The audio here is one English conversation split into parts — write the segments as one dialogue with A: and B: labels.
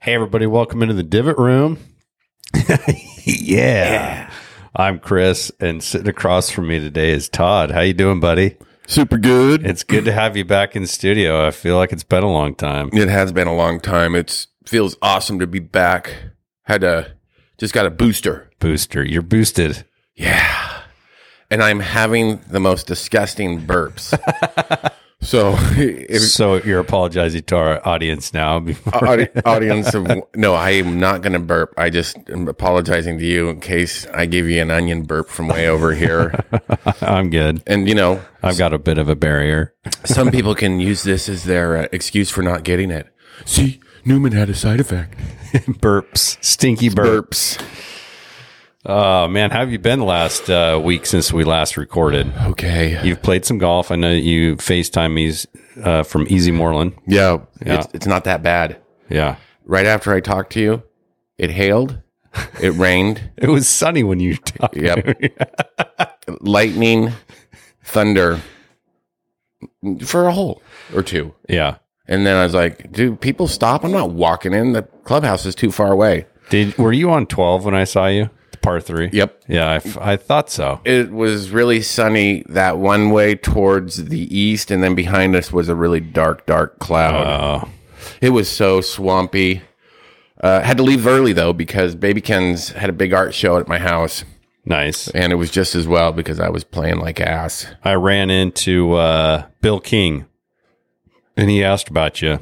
A: Hey, everybody, welcome into the Divot Room. yeah. I'm Chris, and sitting across from me today is Todd. How you doing, buddy?
B: Super good.
A: It's good to have you back in the studio. I feel like it's been a long time.
B: It has been a long time. It's feels awesome to be back. Had a just got a booster.
A: Booster, you're boosted.
B: Yeah. And I'm having the most disgusting burps. so, if, Uh,
A: so you're apologizing to our audience now. Before
B: audi- audience of no, I am not going to burp. I just am apologizing to you in case I give you an onion burp from way over here.
A: I'm good.
B: and you know,
A: I've got a bit of a barrier.
B: some people can use this as their uh, excuse for not getting it. See, Newman had a side effect.
A: Burps, stinky burp.
B: Burps.
A: Oh man, how have you been last uh, week since we last recorded?
B: Okay.
A: You've played some golf. I know you FaceTime me uh, from Easy Moreland.
B: Yeah, It's, it's not that bad.
A: Yeah.
B: Right after I talked to you, it hailed, it rained,
A: It was sunny when you talked.
B: yep, lightning, thunder for a hole or two.
A: Yeah.
B: And then I was like, do people stop? I'm not walking in. The clubhouse is too far away.
A: Did were you on 12 when I saw you? The par 3?
B: Yep.
A: Yeah, I, f- I thought so.
B: It was really sunny that one way towards the east, and then behind us was a really dark, dark cloud.
A: Uh,
B: It was so swampy. Uh, had to leave early though because Baby Ken's had a big art show at my house,
A: nice.
B: and it was just as well because I was playing like ass.
A: I ran into uh, Bill King and he asked about you.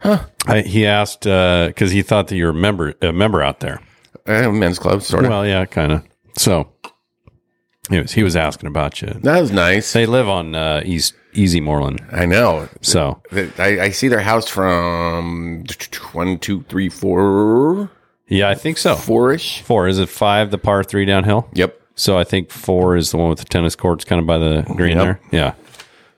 A: Huh. I, he asked because he thought that you were a member, a member out there.
B: Uh, men's club, sort of.
A: Well, yeah, kind of. So he was, he was asking about you.
B: that was nice.
A: They live on uh, East Easy Moreland.
B: I know.
A: So
B: Th- I, I see their house from one, two, three, four,
A: yeah, I think so.
B: four-ish.
A: Four is it five? The par three downhill.
B: Yep.
A: So I think four is the one with the tennis courts, kind of by the green
B: Yep.
A: there. Yeah,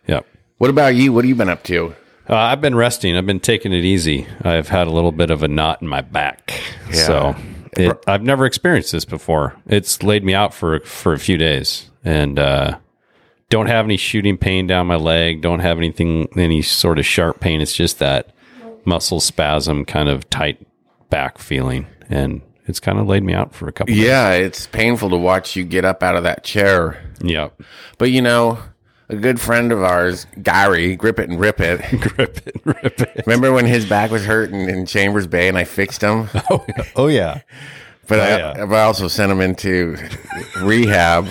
A: yep.
B: What about you? What have you been up to?
A: Uh, I've been resting. I've been taking it easy. I've had a little bit of a knot in my back, so it, I've never experienced this before. It's laid me out for for a few days, and uh, don't have any shooting pain down my leg. Don't have anything, any sort of sharp pain. It's just that muscle spasm, kind of tight back feeling, and it's kind of laid me out for a couple.
B: Yeah, it's painful to watch you get up out of that chair.
A: Yep.
B: But you know, a good friend of ours, Gary, grip it and rip it.
A: Grip it, rip it.
B: Remember when his back was hurting in Chambers Bay and I fixed him?
A: Oh yeah.
B: But I,
A: yeah.
B: but I also sent him into rehab.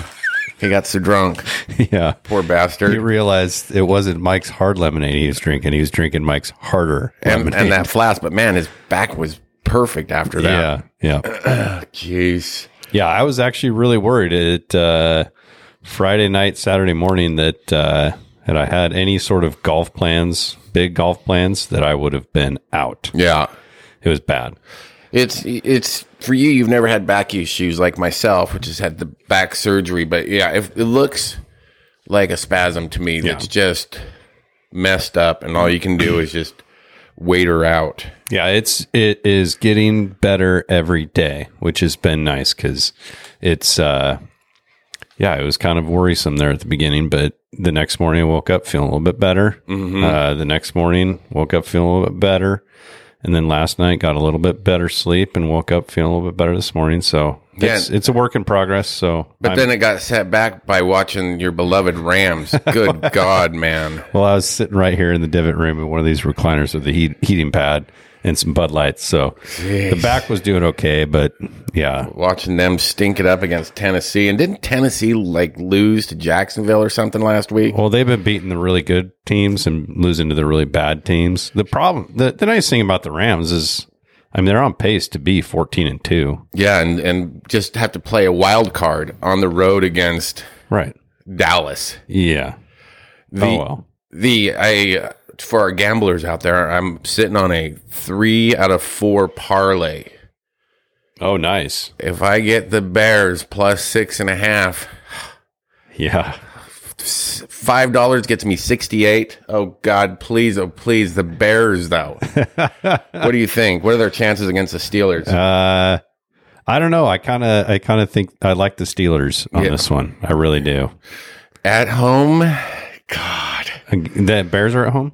B: He got so drunk,
A: Yeah.
B: poor
A: He
B: bastard.
A: realized it wasn't Mike's hard lemonade he was drinking. He was drinking Mike's harder
B: And,
A: lemonade.
B: and that flask, but man, his back was perfect after that.
A: yeah. Yeah.
B: Jeez.
A: Yeah. I was actually really worried at uh, Friday night, Saturday morning that uh, had I had any sort of golf plans, big golf plans, that I would have been out.
B: Yeah.
A: It was bad.
B: It's it's for you. You've never had back issues like myself, which has had the back surgery. But yeah, if it looks like a spasm to me, that's just messed up, and all you can do is just wait her out.
A: Yeah, it's it is getting better every day, which has been nice because it's uh yeah, it was kind of worrisome there at the beginning, but the next morning I woke up feeling a little bit better. Uh, the next morning woke up feeling a little bit better, and then last night got a little bit better sleep and woke up feeling a little bit better this morning. So it's it's a work in progress. So
B: But then it got set back by watching your beloved Rams. Good God, man.
A: Well, I was sitting right here in the divot room in one of these recliners with the heat, heating pad and some Bud Lights. So the back was doing okay, but yeah,
B: Watching them stink it up against Tennessee. And didn't Tennessee like lose to Jacksonville or something last week?
A: Well, they've been beating the really good teams and losing to the really bad teams. The problem, the, the nice thing about the Rams is, I mean, they're on pace to be 14 and 2.
B: Yeah, and, and just have to play a wild card on the road against
A: Right.
B: Dallas.
A: Yeah. oh, well.
B: The I uh, for our gamblers out there, I'm sitting on a three out of four parlay.
A: Oh, nice.
B: If I get the Bears plus six and a half,
A: Yeah.
B: five dollars gets me sixty-eight. Oh God, please, oh please, the Bears though. what do you think? What are their chances against the Steelers?
A: Uh, I don't know. I kind of, I kind of think I like the Steelers on
B: Yeah.
A: this one. I really do.
B: At home, God,
A: The Bears are at home.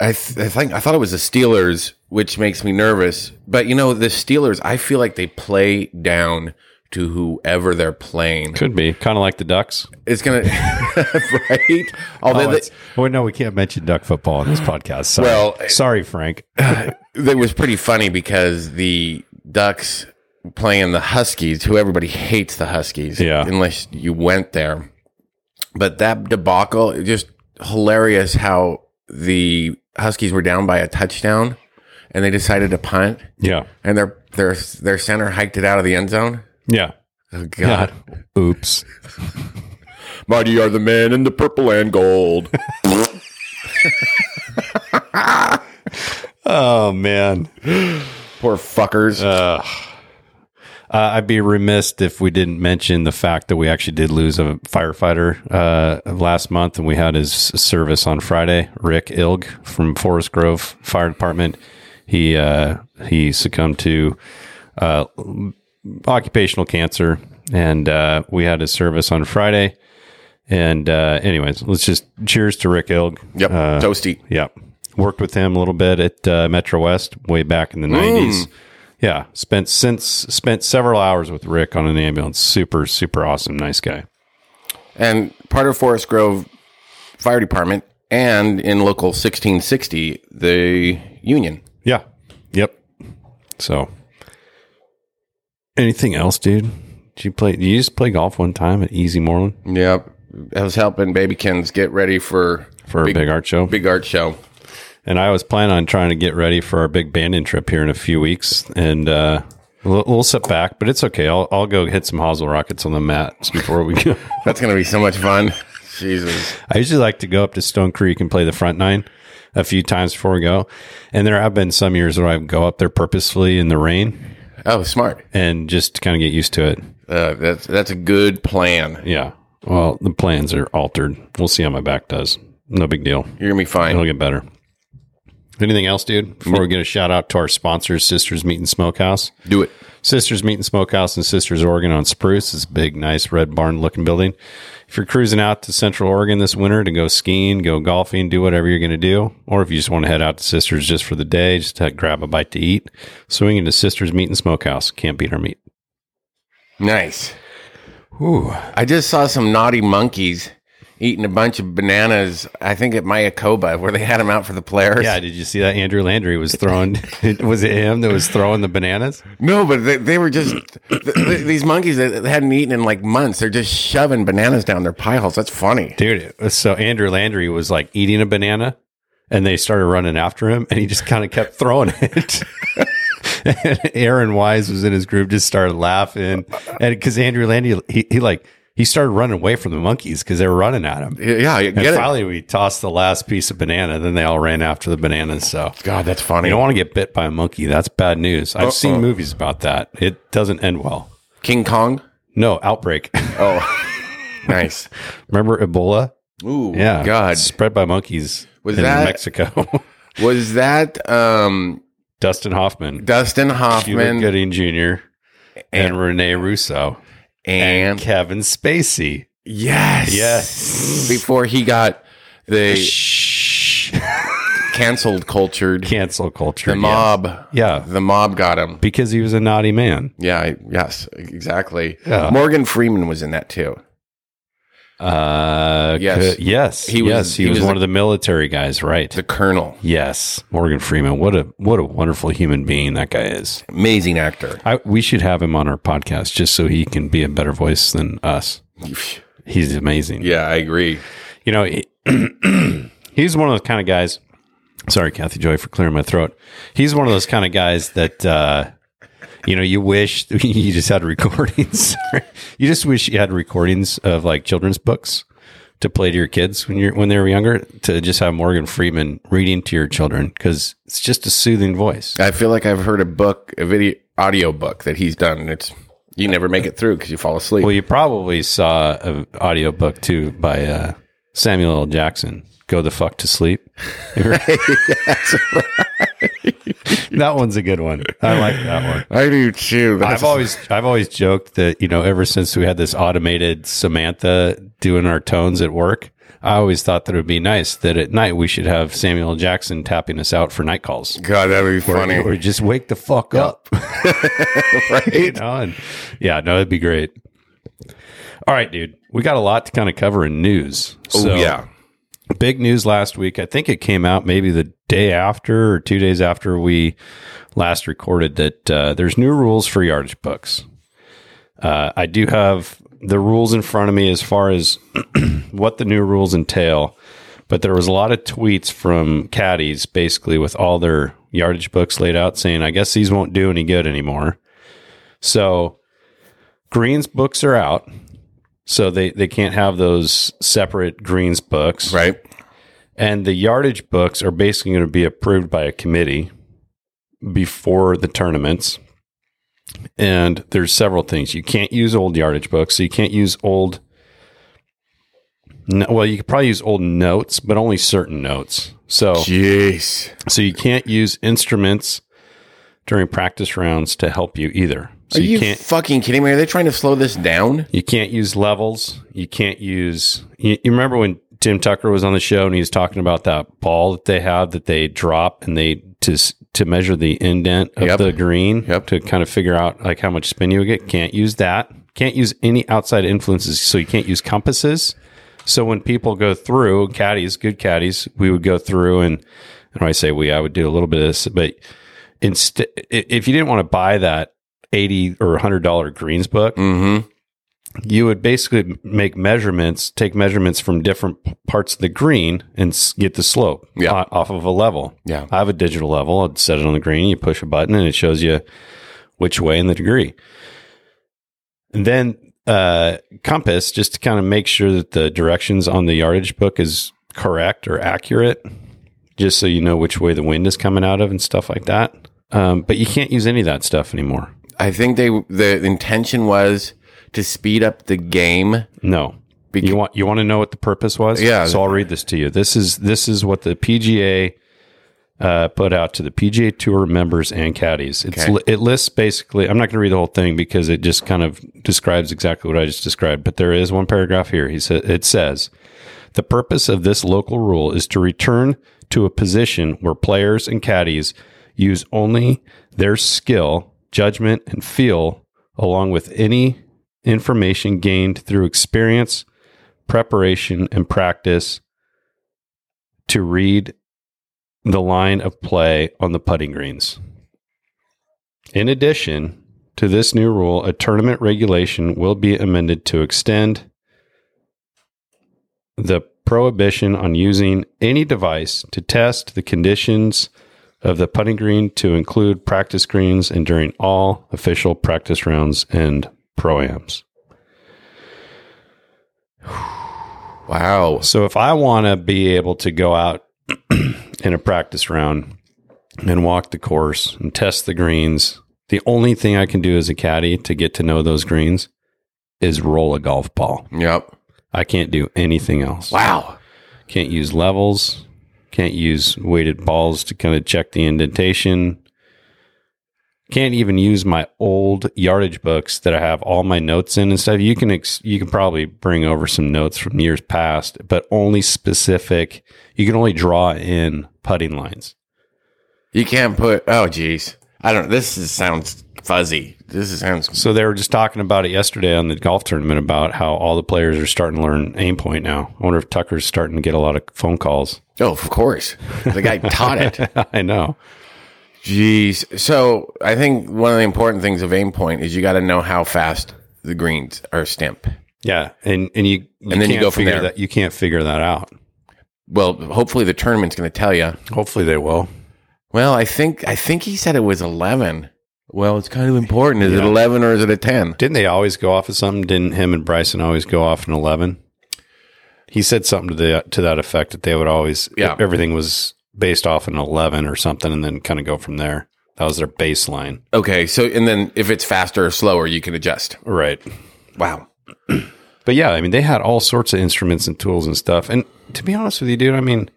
B: I, th- I think I thought it was the Steelers, which makes me nervous. But you know, the Steelers, I feel like they play down to whoever they're playing.
A: Could be kind of like the Ducks.
B: It's gonna right.
A: Oh,
B: Although
A: it's- well, no, we can't mention duck football on this podcast. Sorry.
B: Well,
A: sorry, Frank.
B: they, it was pretty funny because the Ducks playing the Huskies, who everybody hates the Huskies,
A: Yeah.
B: unless you went there. But that debacle, it just hilarious how the Huskies were down by a touchdown, and they decided to punt,
A: Yeah,
B: and their their their center hiked it out of the end zone.
A: yeah.
B: Oh God.
A: Oops.
B: Mighty are the men in the purple and gold.
A: Oh man.
B: Poor fuckers.
A: Uh, I'd be remiss if we didn't mention the fact that we actually did lose a firefighter uh, last month, and we had his service on Friday. Rick Ilg from Forest Grove Fire Department. He uh, he succumbed to uh, occupational cancer, and uh, we had his service on Friday. And uh, anyways, let's just cheers to Rick Ilg. Uh,
B: yep. Toasty.
A: Yeah. Worked with him a little bit at uh, Metro West way back in the 90s. Yeah, spent since spent several hours with Rick on an ambulance. Super super awesome, nice guy.
B: and part of Forest Grove Fire Department and in local 1660 the union.
A: Yeah. Yep. So Anything else, dude? Did you play did you just play golf one time at Easy Moreland
B: Yep. I was helping Babykins get ready for
A: for a big art show?
B: big art show.
A: And I was planning on trying to get ready for our big banding trip here in a few weeks. And uh, we'll, we'll sit back, but it's okay. I'll, I'll go hit some hosel rockets on the mats before we go.
B: That's going to be so much fun. Jesus.
A: I usually like to go up to Stone Creek and play the front nine a few times before we go. And there have been some years where I go up there purposefully in the rain
B: Oh, smart.
A: and just kind of get used to it.
B: Uh, that's that's a good plan.
A: Yeah. Well, the plans are altered. We'll see how my back does. No big deal.
B: You're going to be fine.
A: It'll get better. Anything else, dude? Before we get a shout out to our sponsors, Sisters Meat and Smokehouse.
B: Do it.
A: Sisters Meat and Smokehouse in Sisters, Oregon on Spruce. It's a big, nice red barn looking building. If you're cruising out to Central Oregon this winter to go skiing, go golfing, do whatever you're going to do, or if you just want to head out to Sisters just for the day, just to grab a bite to eat, swing into Sisters Meat and Smokehouse. Can't beat our meat.
B: Nice. I just saw some naughty monkeys eating a bunch of bananas. I think at Mayakoba where they had them out for the players.
A: Yeah, did you see that? Andrew Landry was throwing, was it him that was throwing the bananas?
B: No, but they, they were just th- th- these monkeys that hadn't eaten in like months. They're just shoving bananas down their pie holes. That's funny.
A: Dude, it was- so Andrew Landry was like eating a banana and they started running after him and he just kind of kept throwing it. and Aaron Wise was in his group, just started laughing. And because Andrew Landry, he, he like, he started running away from the monkeys because they were running at him.
B: Y- Yeah, you
A: And
B: get it.
A: finally, we tossed the last piece of banana. Then they all ran after the bananas. So
B: God, that's funny.
A: you don't want to get bit by a monkey. That's bad news. I've seen movies about that. It doesn't end well.
B: King Kong.
A: No, outbreak.
B: Oh, nice.
A: Remember Ebola?
B: Ooh,
A: Yeah.
B: God,
A: Spread by monkeys
B: Was
A: in
B: that-
A: Mexico.
B: was that um,
A: Dustin Hoffman,
B: Dustin
A: Cuba
B: Hoffman and,
A: Gooding Jr., and Rene Russo, and Kevin Spacey.
B: yes,
A: Yes.
B: before he got the
A: Shh.
B: canceled cultured
A: Cancel culture.
B: the
A: yeah.
B: mob.
A: Yeah.
B: the mob got him.
A: Because he was a naughty man.
B: Yeah, I- yes, exactly.
A: Yeah.
B: Morgan Freeman was in that too.
A: Uh,
B: Yes.
A: could- yes.
B: He
A: He
B: was-
A: was, yes. He,
B: he
A: was,
B: was
A: one
B: the-
A: of the military guys, right?
B: The Colonel,
A: yes. Morgan Freeman. What a what a wonderful human being that guy is.
B: amazing actor.
A: I, we should have him on our podcast just so he can be a better voice than us. He's amazing.
B: Yeah, I agree.
A: you know, he- he's one of those kind of guys. Sorry, Kathy Joy, for clearing my throat. He's one of those kind of guys that, uh, you know, you wish you just had recordings. you just wish you had recordings of like children's books to play to your kids when you're when they were younger. To just have Morgan Freeman reading to your children because it's just a soothing voice.
B: I feel like I've heard a book, a video audio book that he's done, and it's you never make it through because you fall asleep.
A: Well, you probably saw an audiobook too by uh, Samuel L. Jackson, Go the Fuck to Sleep. that one's a good one. I like that one.
B: I do too. That's-
A: I've always I've always joked that you know ever since we had this automated Samantha doing our tones at work, I always thought that it would be nice that at night we should have Samuel L. Jackson tapping us out for night calls.
B: God, that'd be funny.
A: Or just wake the fuck up. You
B: right?
A: know, and- yeah, no, it'd be great. All right, dude. We got a lot to kind of cover in news. So
B: oh yeah.
A: big news last week. I think it came out maybe the day after or two days after we last recorded that uh, there's new rules for yardage books. Uh, I do have the rules in front of me as far as what the new rules entail, but there was a lot of tweets from caddies basically with all their yardage books laid out saying, I guess these won't do any good anymore. So greens books are out. So they, they can't have those separate greens books.
B: Right.
A: And the yardage books are basically going to be approved by a committee before the tournaments. And there's several things. You can't use old yardage books. So you can't use old. No, well, you could probably use old notes, but only certain notes. So,
B: Jeez.
A: so you can't use instruments during practice rounds to help you either. So
B: Are you,
A: you can't
B: fucking kidding me? Are they trying to slow this down?
A: you can't use levels. You can't use. You, you remember when Tim Tucker was on the show and he was talking about that ball that they have that they drop and they to s- to measure the indent of
B: Yep.
A: the green
B: Yep.
A: to kind of figure out like how much spin you would get. Can't use that. Can't use any outside influences. So you can't use compasses. So when people go through caddies, good caddies, we would go through and and when I say we, I would do a little bit of this, but instead, if you didn't want to buy that eighty or hundred dollar greens book,
B: Mm-hmm.
A: you would basically make measurements, take measurements from different p- parts of the green and s- get the slope
B: Yeah.
A: o- off of a level.
B: Yeah.
A: I have a digital level. I'd set it on the green. You push a button and it shows you which way and the degree. And then uh, compass, just to kind of make sure that the directions on the yardage book is correct or accurate, just so you know which way the wind is coming out of and stuff like that. Um, but you can't use any of that stuff anymore.
B: I think they the intention was to speed up the game.
A: No.
B: Bec-
A: you want you want to know what the purpose was?
B: Yeah.
A: So I'll read this to you. This is this is what the PGA uh, put out to the PGA Tour members and caddies. It's
B: Okay.
A: li- it lists basically. I'm not going to read the whole thing because it just kind of describes exactly what I just described. But there is one paragraph here. He said it says the purpose of this local rule is to return to a position where players and caddies use only their skill, judgment, and feel, along with any information gained through experience, preparation, and practice to read the line of play on the putting greens. In addition to this new rule, a tournament regulation will be amended to extend the prohibition on using any device to test the conditions of the putting green to include practice greens and during all official practice rounds and proams.
B: Wow.
A: So if I want to be able to go out in a practice round and walk the course and test the greens, the only thing I can do as a caddy to get to know those greens is roll a golf ball.
B: Yep.
A: I can't do anything else.
B: Wow.
A: Can't use levels. Can't use weighted balls to kind of check the indentation. Can't even use my old yardage books that I have all my notes in and stuff. You can ex- you can probably bring over some notes from years past, but only specific. You can only draw in putting lines.
B: You can't put. Oh, jeez. I don't. This is, sounds fuzzy. This is, sounds.
A: So they were just talking about it yesterday on the golf tournament about how all the players are starting to learn aim point now. I wonder if Tucker's starting to get a lot of phone calls.
B: Oh, of course. The guy taught it.
A: I know.
B: Jeez. So I think one of the important things of aim point is you got to know how fast the greens are stimp.
A: Yeah, and and you, you
B: then you
A: can't
B: go from
A: figure
B: there.
A: That, you can't figure that out.
B: Well, hopefully the tournament's going to tell you.
A: Hopefully they will.
B: Well, I think I think he said it was eleven. Well, it's kind of important. Is it eleven or is it a ten?
A: Didn't they always go off of something? Didn't him and Bryson always go off an eleven? He said something to the to that effect that they would always e-
B: Yeah.
A: everything was based off an eleven or something, and then kind of go from there. That was their baseline,
B: Okay. So and then if it's faster or slower, you can adjust.
A: right?
B: Wow.
A: But yeah, I mean, they had all sorts of instruments and tools and stuff. And to be honest with you, dude, I mean,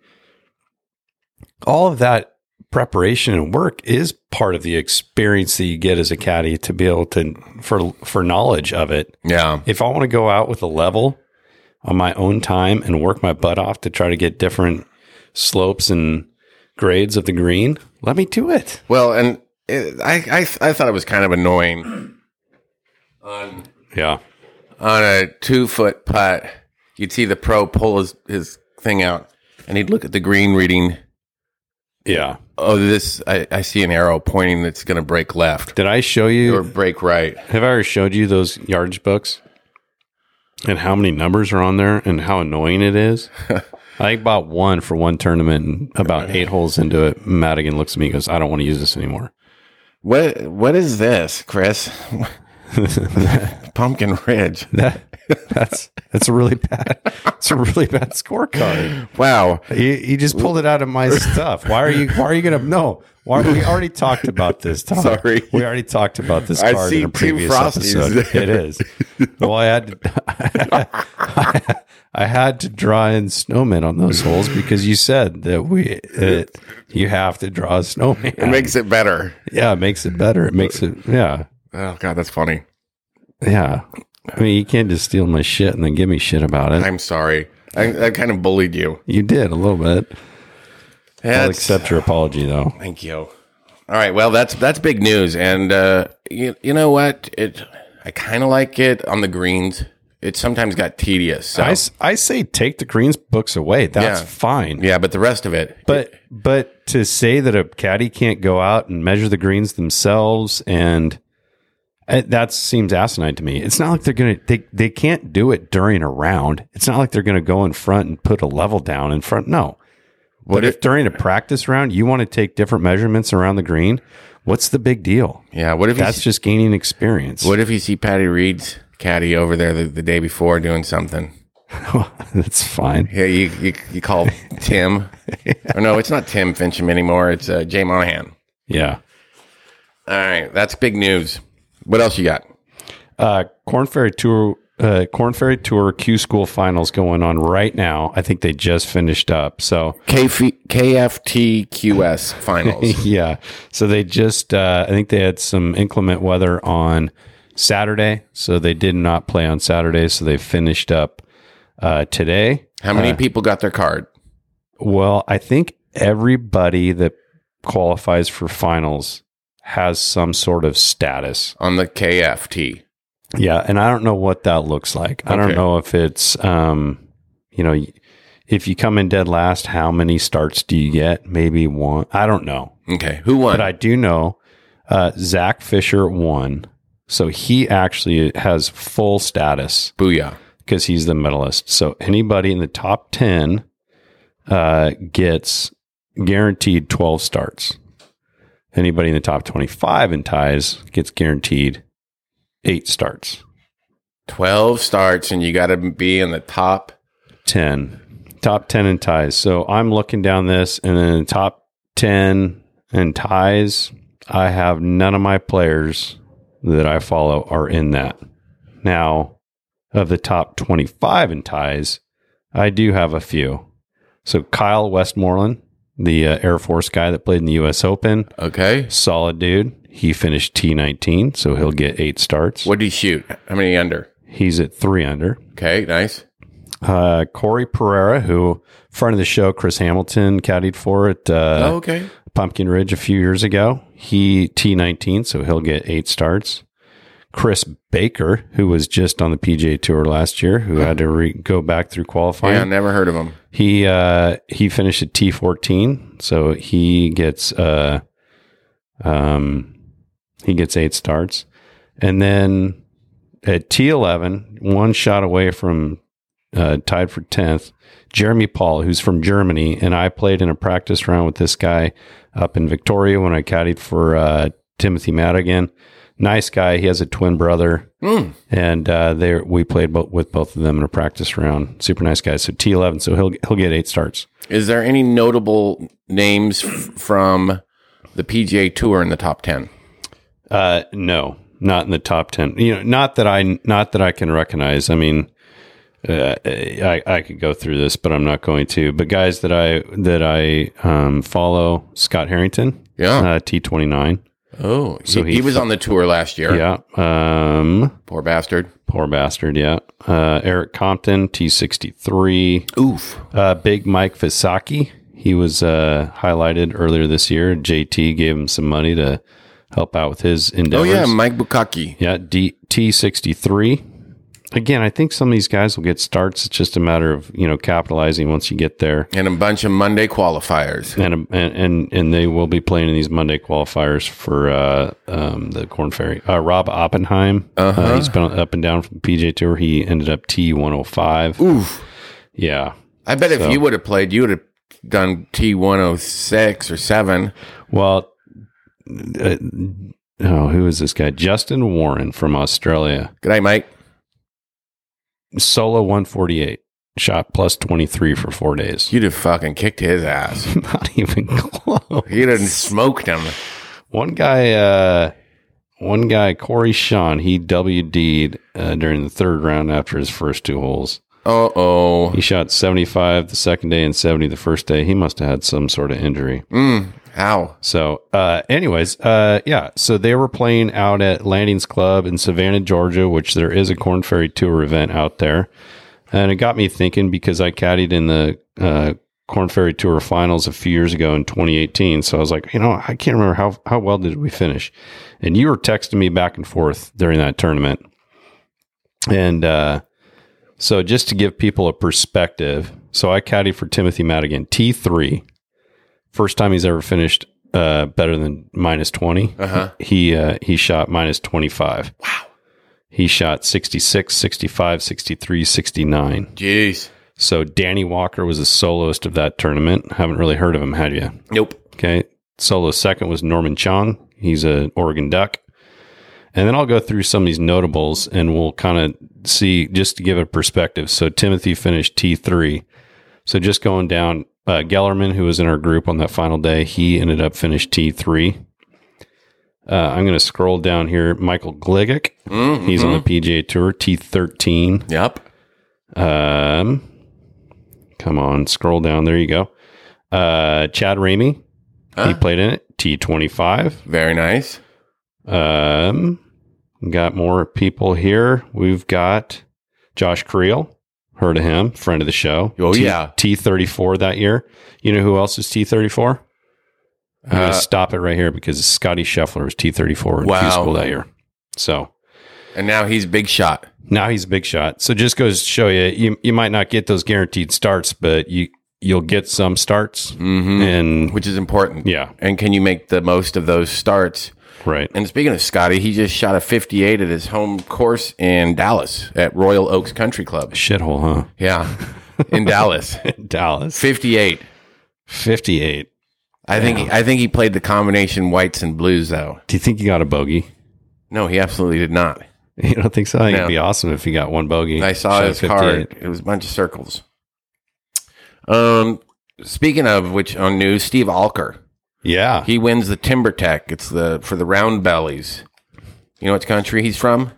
A: all of that preparation and work is part of the experience that you get as a caddy to be able to for for knowledge of it.
B: Yeah.
A: If I want to go out with a level on my own time and work my butt off to try to get different slopes and grades of the green, let me do it.
B: Well, and it, I, I I thought it was kind of annoying on
A: Yeah.
B: on a two foot putt. You'd see the pro pull his, his thing out, and he'd look at the green reading.
A: Yeah.
B: Oh, this I, I see an arrow pointing that's going to break left
A: Did I show you
B: or break right.
A: Have I ever showed you those yardage books and how many numbers are on there and how annoying it is? I bought one for one tournament and about eight holes into it. Madigan looks at me and goes, I don't want to use this anymore.
B: What what is this, Chris? Pumpkin Ridge.
A: That, that's that's a really bad it's a really bad scorecard.
B: Wow.
A: You, you just pulled it out of my stuff. Why are you why are you gonna no? Why we already talked about this Tom.
B: Sorry.
A: We already talked about this
B: I
A: card
B: see
A: in a
B: Tim
A: previous
B: Frosty's
A: episode.
B: there.
A: It is. Well I had to, I had to draw in snowmen on those holes because you said that we that you have to draw a snowman.
B: It makes it better.
A: yeah, it makes it better. It makes it yeah.
B: Oh god, that's funny.
A: Yeah. I mean you can't just steal my shit and then give me shit about it.
B: I'm sorry. I, I kind of bullied you.
A: You did a little bit. I'll
B: That's-
A: accept your apology though.
B: Thank you. All right. Well, that's that's big news, and uh, you you know what? It I kind of like it on the greens. It sometimes got tedious. So.
A: I, s- I say take the greens books away. That's
B: Yeah.
A: fine.
B: yeah, but the rest of it.
A: But but to say that a caddy can't go out and measure the greens themselves and eh, that seems asinine to me. It's not like they're gonna they they can't do it during a round. It's not like they're gonna go in front and put a level down in front. No. What if,
B: if-
A: during a practice round you want to take different measurements around the green? What's the big deal?
B: yeah, what if you
A: That's just gaining experience.
B: what if you see Patty Reed's caddy over there the, the day before doing something?
A: That's fine.
B: Yeah, you you, you call Tim. Or no, it's not Tim Fincham anymore. It's uh, Jay Monahan.
A: Yeah.
B: All right, that's big news. What else you got?
A: uh, Corn Ferry Tour. Uh, Corn Ferry Tour Q School Finals going on right now. I think they just finished up. So
B: KF- KFTQS finals.
A: yeah, so they just uh, I think they had some inclement weather on Saturday, so they did not play on Saturday. So they finished up uh, today.
B: How many people got their card?
A: Well, I think everybody that qualifies for finals has some sort of status.
B: on the KFT.
A: Yeah, and I don't know what that looks like. I don't
B: Okay.
A: know if it's um, you know, if you come in dead last, how many starts do you get? Maybe one. I don't know,
B: Okay, who won?
A: but I do know uh, Zach Fisher won, so he actually has full status
B: Booyah!
A: because he's the medalist. So anybody in the top ten uh, gets guaranteed twelve starts. Anybody in the top twenty-five and ties gets guaranteed eight starts.
B: Twelve starts, and you got to be in the top.
A: 10 top 10 in ties so i'm looking down this and then the top 10 in ties i have none of my players that i follow are in that now of the top 25 in ties i do have a few so kyle westmoreland the uh, air force guy that played in the us open
B: Okay,
A: solid dude he finished t19 so he'll get eight starts
B: what did he shoot? How many under?
A: he's at three under
B: Okay, nice.
A: uh, Corey Pereira, who friend of the show, Chris Hamilton caddied for at
B: oh,
A: uh,
B: okay,
A: Pumpkin Ridge a few years ago. He T19, so he'll get eight starts. Chris Baker, who was just on the PGA Tour last year, who had to re- go back through qualifying.
B: yeah, I never heard of him.
A: He uh, he finished at T fourteen, so he gets uh, um, he gets eight starts, and then at T eleven, one shot away from uh, tied for tenth, Jeremy Paul, who's from Germany, and I played in a practice round with this guy up in Victoria when I caddied for uh, Timothy Madigan. Nice guy. He has a twin brother
B: Hmm.
A: and uh, there we played bo- with both of them in a practice round. Super nice guys. So T eleven, so he'll he'll get eight starts.
B: Is there any notable names f- from the PGA Tour in the top ten?
A: Uh, no, not in the top ten. You know, not that I not that I can recognize. I mean, uh, I, I could go through this, but I'm not going to. But guys that I that I um, follow, Scott Harrington,
B: Yeah.
A: uh, T29,
B: oh,
A: so
B: so he,
A: he-
B: he was on the tour last year.
A: yeah, um,
B: Poor bastard.
A: poor bastard, yeah. Uh, Eric Compton, T63,
B: Oof.
A: uh, Big Mike Visaki, he was uh, highlighted earlier this year. JT gave him some money to help out with his
B: Oh
A: endeavors.
B: yeah, Mike Bukaki.
A: Yeah, D- T63. Again, I think some of these guys will get starts. It's just a matter of, you know, capitalizing once you get there.
B: And a bunch of Monday qualifiers.
A: And um, and and, and they will be playing in these Monday qualifiers for uh, um, the Corn Ferry. Uh, Rob Oppenheim,
B: Uh-huh.
A: uh, he's been up and down from the PJ Tour. He ended up T105.
B: Oof.
A: Yeah.
B: I bet if you would have played, you would have done T one oh six or seven.
A: Well, uh, oh, who is this guy? Justin Warren from Australia.
B: Good night, Mike.
A: Solo 148. Shot plus 23 for four days.
B: You'd have fucking kicked his ass.
A: Not even close.
B: He'd have smoked him.
A: One guy, uh, one guy, Corey Sean, he WD'd uh, during the third round after his first two holes.
B: Uh oh.
A: He shot 75 the second day and 70 the first day. He must have had some sort of injury.
B: Mm. How?
A: So, uh, anyways, uh, yeah, so they were playing out at Landings Club in Savannah, Georgia, which there is a Corn Ferry Tour event out there. And it got me thinking because I caddied in the uh, Corn Ferry Tour finals a few years ago in 2018. So I was like, you know, I can't remember how, how well did we finish. And you were texting me back and forth during that tournament. And uh, so just to give people a perspective, so I caddied for Timothy Madigan, T3 first time he's ever finished uh, better than minus 20
B: Uh-huh.
A: he uh, he shot minus 25 wow he shot 66 65 63 69
B: Jeez.
A: so danny walker was the soloist of that tournament haven't really heard of him had you
B: Nope.
A: okay solo second was norman chong he's an oregon duck and then i'll go through some of these notables and we'll kind of see just to give a perspective so timothy finished t3 so just going down, uh, Gellerman, who was in our group on that final day, he ended up finished T three. Uh, I'm going to scroll down here. Michael Gligic,
B: Mm.
A: he's on the PGA Tour, T thirteen.
B: Yep.
A: Um, come on, scroll down. There you go. Uh, Chad Ramey, he
B: Huh?
A: played in it, T twenty five.
B: Very nice.
A: Um, got more people here. We've got Josh Creel. Heard of him, friend of the show.
B: Oh, yeah.
A: T thirty four that year. You know who else is T thirty four? I'm
B: Uh,
A: gonna stop it right here because Scotty Scheffler was T thirty four in
B: Wow.
A: Q school that year. So
B: And now he's big shot.
A: now he's a big shot. So just goes to show you, you you might not get those guaranteed starts, but you you'll get some starts.
B: Mm-hmm.
A: And
B: Which is important.
A: yeah,
B: And can you make the most of those starts?
A: right.
B: And speaking of Scotty, he just shot a 58 at his home course in Dallas at Royal Oaks Country Club.
A: Shithole,
B: Yeah, in Dallas,
A: huh? Dallas,
B: 58.
A: fifty eight.
B: I think I think he played the combination whites and blues though.
A: Do you think you got a bogey?
B: No, he absolutely did not.
A: You don't think so? I think it'd
B: No.
A: be awesome if he got one bogey.
B: I saw
A: Shot
B: his
A: 58.
B: card. It was a bunch of circles. Um, speaking of which, on news, Steve Alker
A: Yeah.
B: he wins the Timber Tech. It's the for the round bellies. You know what country he's from?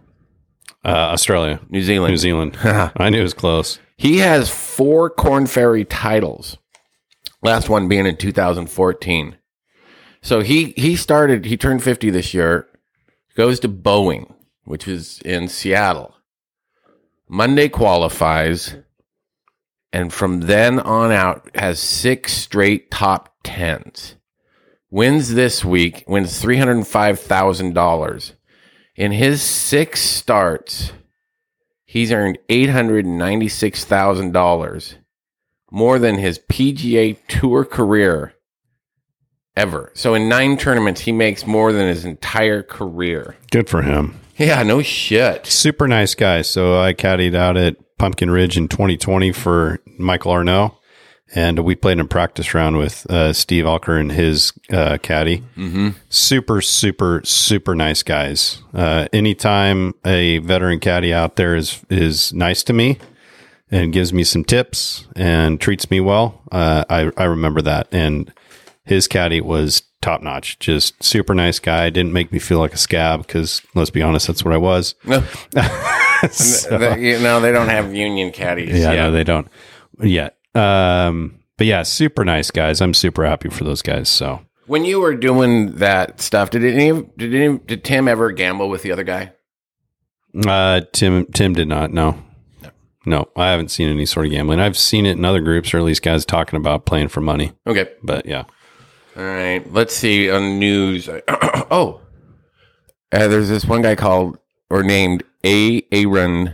A: Uh, Australia,
B: New Zealand.
A: New Zealand. I knew it was close.
B: He has four Corn Ferry titles. Last one being in 2014. So he he started. He turned 50 this year. Goes to Boeing, which is in Seattle. Monday qualifies, and from then on out has six straight top tens. Wins this week. Wins three hundred five thousand dollars. In his six starts, he's earned $896,000 more than his PGA Tour career ever. So in 9 tournaments he makes more than his entire career.
A: Good for him.
B: Yeah, no shit.
A: Super nice guy. So I caddied out at Pumpkin Ridge in 2020 for Michael Arnault. And we played in a practice round with uh, Steve Alker and his uh, caddy.
B: Mhm.
A: Super, super, super nice guys. Uh, anytime a veteran caddy out there is is nice to me and gives me some tips and treats me well, uh, I, I remember that. And his caddy was top notch, just super nice guy. Didn't make me feel like a scab because let's be honest, that's what I was.
B: No.
A: So-
B: They- you know, they don't have union caddies.
A: yeah,
B: yet.
A: no, they don't yet. Um, but yeah, super nice guys. I'm super happy for those guys. So
B: When you were doing that stuff, did any of- did any did Tim ever gamble with the other guy?
A: uh, Tim Tim did not. No. No, I haven't seen any sort of gambling. I've seen it in other groups, or at least guys talking about playing for money.
B: Okay,
A: But yeah,
B: all right. Let's see on news. oh, uh, there's this one guy called or named A. Aaron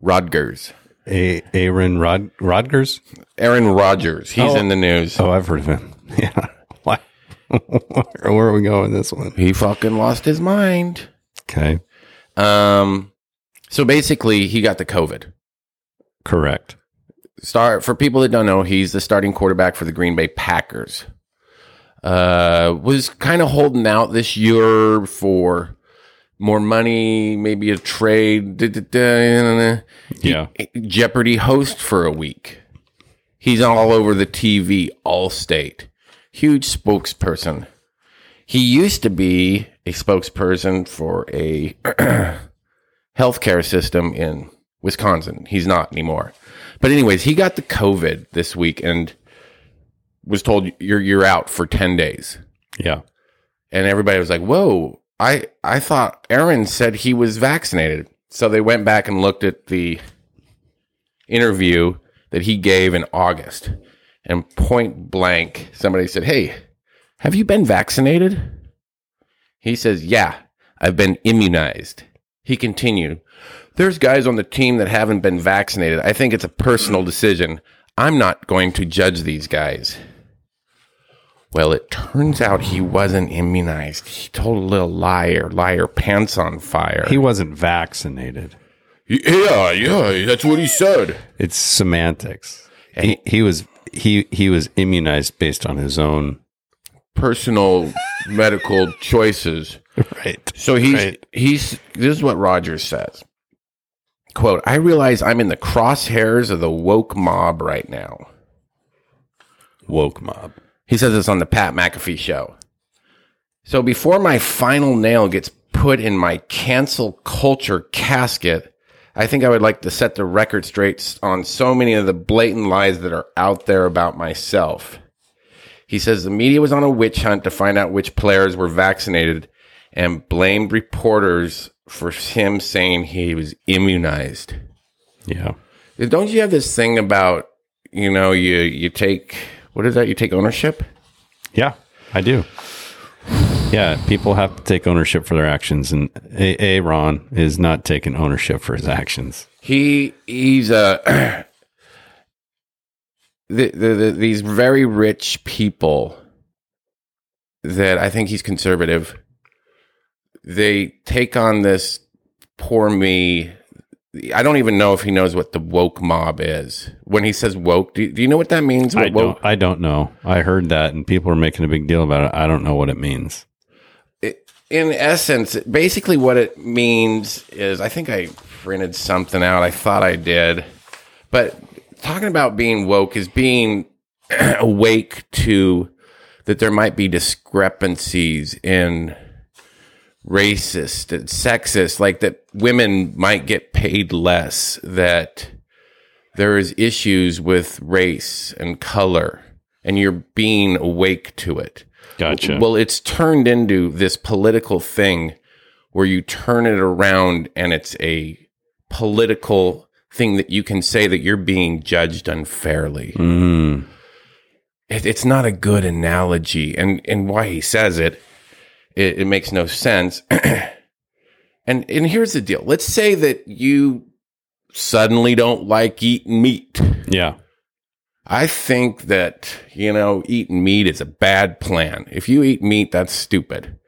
B: Rodgers.
A: a- Aaron Rod- Rodgers.
B: Aaron Rodgers. He's
A: Oh.
B: in the news.
A: Oh, I've heard of him. Yeah. Why? Where are we going with this one?
B: He fucking lost his mind.
A: Okay.
B: Um, so basically, he got the COVID.
A: Correct.
B: Start for people that don't know, he's the starting quarterback for the Green Bay Packers. Uh, was kind of holding out this year for more money, maybe a trade. da, da, da, da,
A: Yeah.
B: da. Jeopardy host for a week. He's all over the TV, all state. Huge spokesperson. He used to be a spokesperson for a healthcare system in Wisconsin. He's not anymore. But anyways, he got the COVID this week and was told you're you're out for 10 days.
A: Yeah.
B: And everybody was like, "Whoa, I I thought Aaron said he was vaccinated." So they went back and looked at the interview that he gave in August. And point blank, somebody said, "Hey, have you been vaccinated?" He says, "Yeah, I've been immunized." He continued, "There's guys on the team that haven't been vaccinated. I think it's a personal decision. I'm not going to judge these guys." Well, it turns out he wasn't immunized. He told a little liar, liar pants on fire.
A: He wasn't vaccinated.
B: yeah, yeah, that's what he said.
A: It's semantics. He, he was he he was immunized based on his own
B: Personal medical choices.
A: right.
B: So he's
A: Right.
B: he's this is what Rogers says. Quote, I realize I'm in the crosshairs of the woke mob right now.
A: woke mob.
B: He says this on the Pat McAfee show. So before my final nail gets put in my cancel culture casket, I think I would like to set the record straight s- on so many of the blatant lies that are out there about myself. He says the media was on a witch hunt to find out which players were vaccinated and blamed reporters for him saying he was immunized.
A: Yeah.
B: Don't you have this thing about, you know, you you take what is that? You take ownership?
A: Yeah, I do. Yeah, people have to take ownership for their actions, and A. A. Ron is not taking ownership for his actions.
B: He he's a the, the, the these very rich people that I think he's conservative. They take on this poor me. I don't even know if he knows what the woke mob is. When he says woke, do, do you know what that means? What
A: I
B: woke?
A: don't. I don't know. I heard that, and people are making a big deal about it. I don't know what it means.
B: it, in essence, basically what it means is I think I printed something out. I thought I did. But talking about being woke is being awake to that there might be discrepancies in racist and sexist, like that women might get paid less, that there is issues with race and color, and you're being awake to it.
A: Gotcha.
B: Well, it's turned into this political thing where you turn it around and it's a political thing that you can say that you're being judged unfairly.
A: Mm,
B: It, it's not a good analogy. And, and why he says it, it, it makes no sense. and, and here's the deal let's say that you suddenly don't like eating meat.
A: yeah.
B: I think that, you know, eating meat is a bad plan. If you eat meat, that's stupid.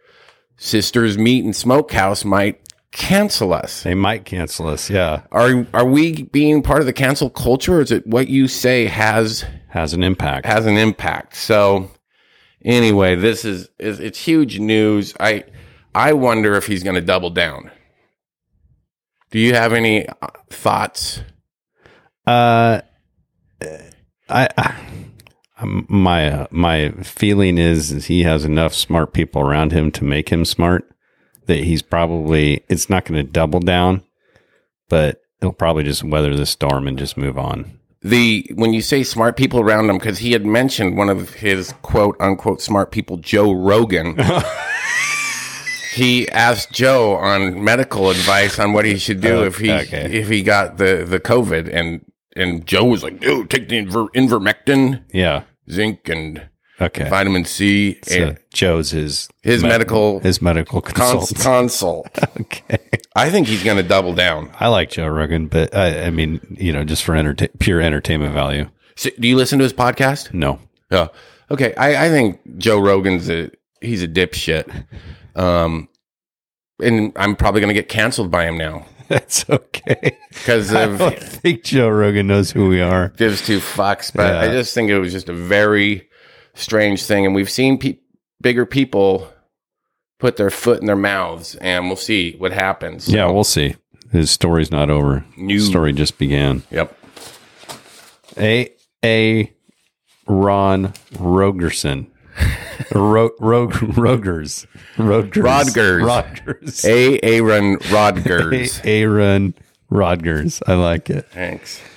B: Sisters Meat and Smokehouse might cancel us.
A: They might cancel us. Yeah.
B: Are are we being part of the cancel culture or is it what you say has
A: Has an impact.
B: has an impact? So anyway, this is, is it's huge news. I I wonder if he's going to double down. Do you have any uh, thoughts?
A: Uh, I, I um, my uh, my feeling is, is he has enough smart people around him to make him smart that he's probably it's not going to double down, but it'll probably just weather this storm and just move on.
B: the when you say smart people around him because he had mentioned one of his quote unquote smart people joe rogan he asked joe on medical advice on what he should do
A: Oh,
B: if he
A: okay.
B: if he got the the covid and and joe was like dude take the inver- invermectin
A: Yeah.
B: zinc and
A: Okay.
B: vitamin c
A: So
B: and
A: Joe's his
B: his
A: med-
B: medical
A: his medical
B: cons-
A: consultant.
B: consult
A: okay.
B: i think he's going to double down
A: I like Joe Rogan, but I, I mean, you know, just for enter- pure entertainment value.
B: so, do you listen to his podcast
A: No.
B: Yeah. Okay. I, I think Joe Rogan's a he's a dipshit. Um, and I'm probably gonna get canceled by him now
A: That's okay.
B: because
A: I
B: of
A: don't think Joe Rogan knows who we are.
B: gives two fucks. But I
A: Yeah.
B: just think it was just a very strange thing, and we've seen pe- bigger people put their foot in their mouths, and we'll see what happens.
A: Yeah, we'll see. His story's not over.
B: New-
A: story just began.
B: Yep.
A: A A Ron Rogerson. Ro- Rog Rogers. Rogers.
B: Rodgers.
A: Rodgers.
B: A. Aaron Rodgers.
A: A- Aaron Rodgers. I like it.
B: Thanks.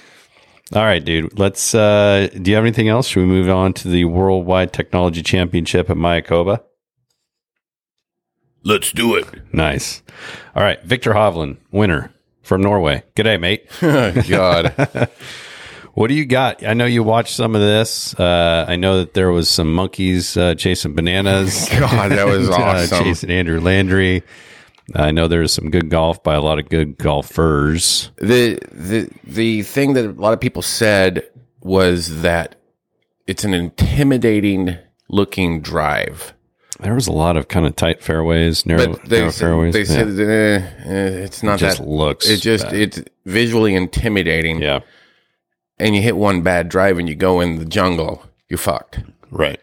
A: All right, dude. Let's uh do you have anything else? Should we move on to the Worldwide Technology Championship at Mayakoba?
B: Let's do it.
A: Nice. All right, Victor Hovland, winner from Norway. G'day, mate.
B: God.
A: What do you got? I know you watched some of this. Uh, I know that there was some monkeys uh, chasing bananas.
B: God, that was
A: Uh,
B: awesome.
A: chasing Andrew Landry. I know there's some good golf by a lot of good golfers.
B: the the the thing that a lot of people said was that it's an intimidating looking drive.
A: There was a lot of kind of tight fairways, narrow,
B: But they
A: narrow
B: said,
A: fairways.
B: they
A: yeah.
B: said "Eh, eh, it's not
A: just
B: that
A: looks.
B: it just it's visually intimidating.
A: yeah,
B: And you hit one bad drive and you go in the jungle, you're fucked.
A: right.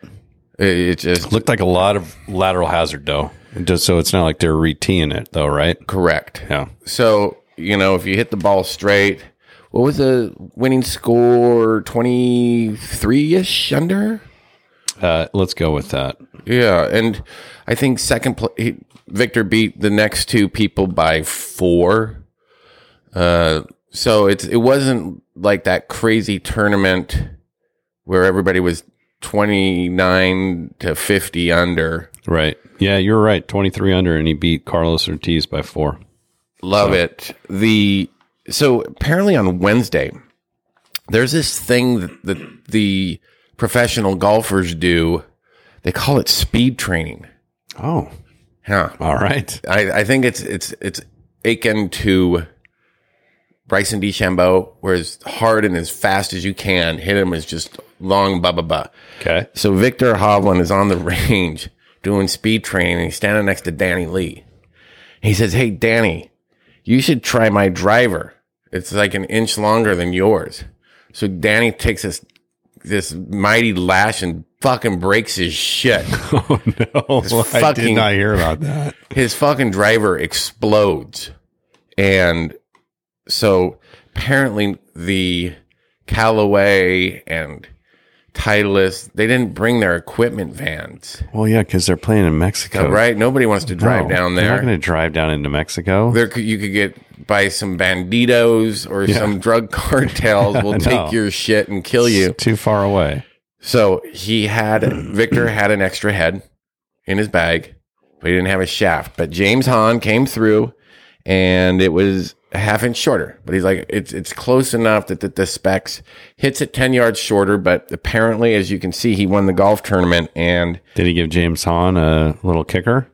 B: It, it just
A: Looked like a lot of lateral hazard though. Just so it's not like they're reteeing it though, right?
B: correct.
A: Yeah,
B: So, you know, if you hit the ball straight, what was the winning score? 23 ish under?
A: uh, let's go with that.
B: Yeah, and I think second place Victor beat the next two people by four. Uh, so it's it wasn't like that crazy tournament where everybody was twenty nine to fifty under.
A: Right. Yeah, you're right. 23 under, and he beat Carlos Ortiz by four.
B: Love it. The so apparently on Wednesday, there's this thing that, that the professional golfers do. They call it speed training.
A: Oh,
B: Huh.
A: all right.
B: I, I think it's it's it's akin to Bryson DeChambeau, where it's hard and as fast as you can hit him is just long, blah blah blah.
A: Okay.
B: So Victor Hovland is on the range doing speed training. And he's standing next to Danny Lee. He says, "Hey Danny, you should try my driver. It's like an inch longer than yours." So Danny takes this this mighty lash and fucking breaks his shit.
A: Oh, no. I did
B: fucking-
A: not hear about that.
B: his fucking driver explodes and so apparently the callaway and titleist they didn't bring their equipment vans
A: Well, yeah, because they're playing in Mexico.
B: right nobody wants to drive
A: Oh. No,
B: down
A: They're not
B: there
A: going to drive down into Mexico.
B: there could, you could get by some banditos or some drug cartels will
A: No.
B: take your shit and kill you
A: It's too far away.
B: so he had victor had an extra head in his bag, but he didn't have a shaft. But James Hahn came through and it was a half inch shorter. But he's like, it's it's close enough that the, the specs hits it ten yards shorter, but apparently, as you can see, he won the golf tournament and
A: Did he give James Hahn a little kicker?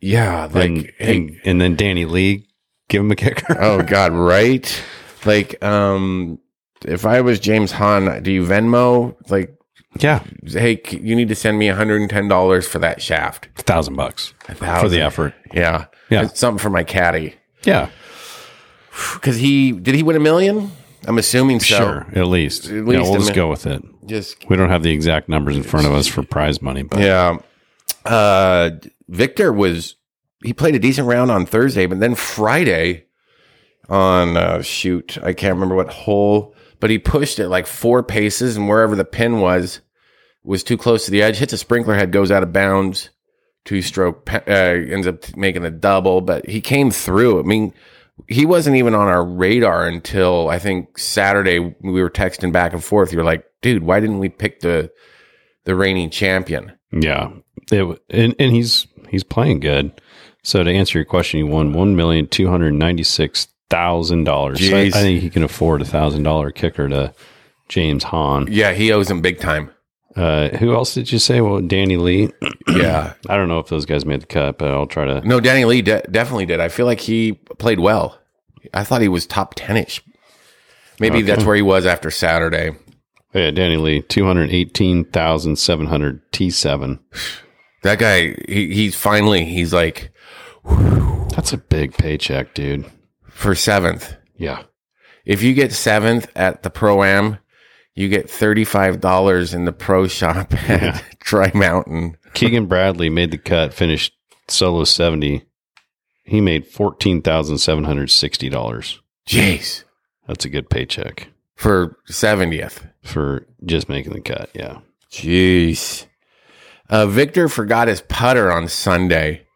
B: yeah, like
A: And,
B: hey,
A: and, and then Danny Lee give him a kicker?
B: oh god, right? Like, um if I was James Hahn, do you Venmo? Like,
A: yeah.
B: hey, c- you need to send me $110 for that shaft.
A: A thousand bucks for
B: thousand.
A: the effort.
B: Yeah.
A: Yeah.
B: It's something for my caddy.
A: Yeah.
B: because he did he win a million? I'm assuming so.
A: Sure. At least. yeah,
B: least
A: we'll
B: a
A: just
B: min-
A: go with it.
B: Just
A: We don't have the exact numbers in front of us for prize money, but
B: yeah. Uh, Victor was he played a decent round on Thursday, but then Friday on uh, shoot I can't remember what hole, but he pushed it like four paces, and wherever the pin was was too close to the edge. Hits a sprinkler head, goes out of bounds. Two stroke uh, ends up making a double, but he came through. I mean, he wasn't even on our radar until I think Saturday we were texting back and forth. You're like, dude, why didn't we pick the the reigning champion?
A: Yeah, it, and and he's he's playing good. So to answer your question, he won one million two hundred ninety six thousand dollars. I, I
B: Jeez.
A: think he can afford a thousand dollar kicker to James Hahn.
B: Yeah, he owes him big time.
A: Uh, who else did you say? Well, Danny Lee.
B: yeah.
A: I don't know if those guys made the cut, but I'll try to.
B: No, Danny Lee de- definitely did. I feel like he played well. I thought he was top 10 ish. Maybe that's where he was after Saturday.
A: Yeah, Danny Lee, two hundred eighteen thousand seven hundred T seven.
B: That guy, he, he's finally, he's like
A: That's a big paycheck, dude.
B: for seventh.
A: Yeah,
B: If you get seventh at the Pro Am, you get $35 in the pro shop at Tri Mountain.
A: Keegan Bradley made the cut, finished solo seventy. He made fourteen thousand seven hundred sixty dollars.
B: Jeez,
A: That's a good paycheck
B: for 70th.
A: for just making the cut. Yeah.
B: Jeez. Uh, Victor forgot his putter on Sunday.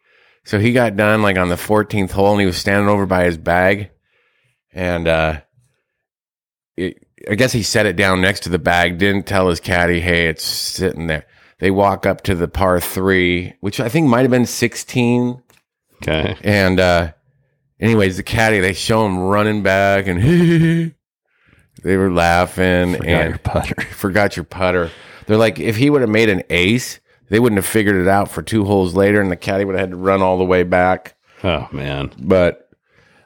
B: So he got done like on the 14th hole and he was standing over by his bag. And uh, it, I guess he set it down next to the bag, didn't tell his caddy, hey, it's sitting there. They walk up to the par three, which I think might have been 16.
A: Okay.
B: And uh, anyways, the caddy, they show him running back and they were laughing.
A: Forgot
B: and
A: your putter.
B: forgot your putter. They're like, if he would have made an ace, they wouldn't have figured it out for two holes later, and the caddy would have had to run all the way back.
A: Oh man.
B: But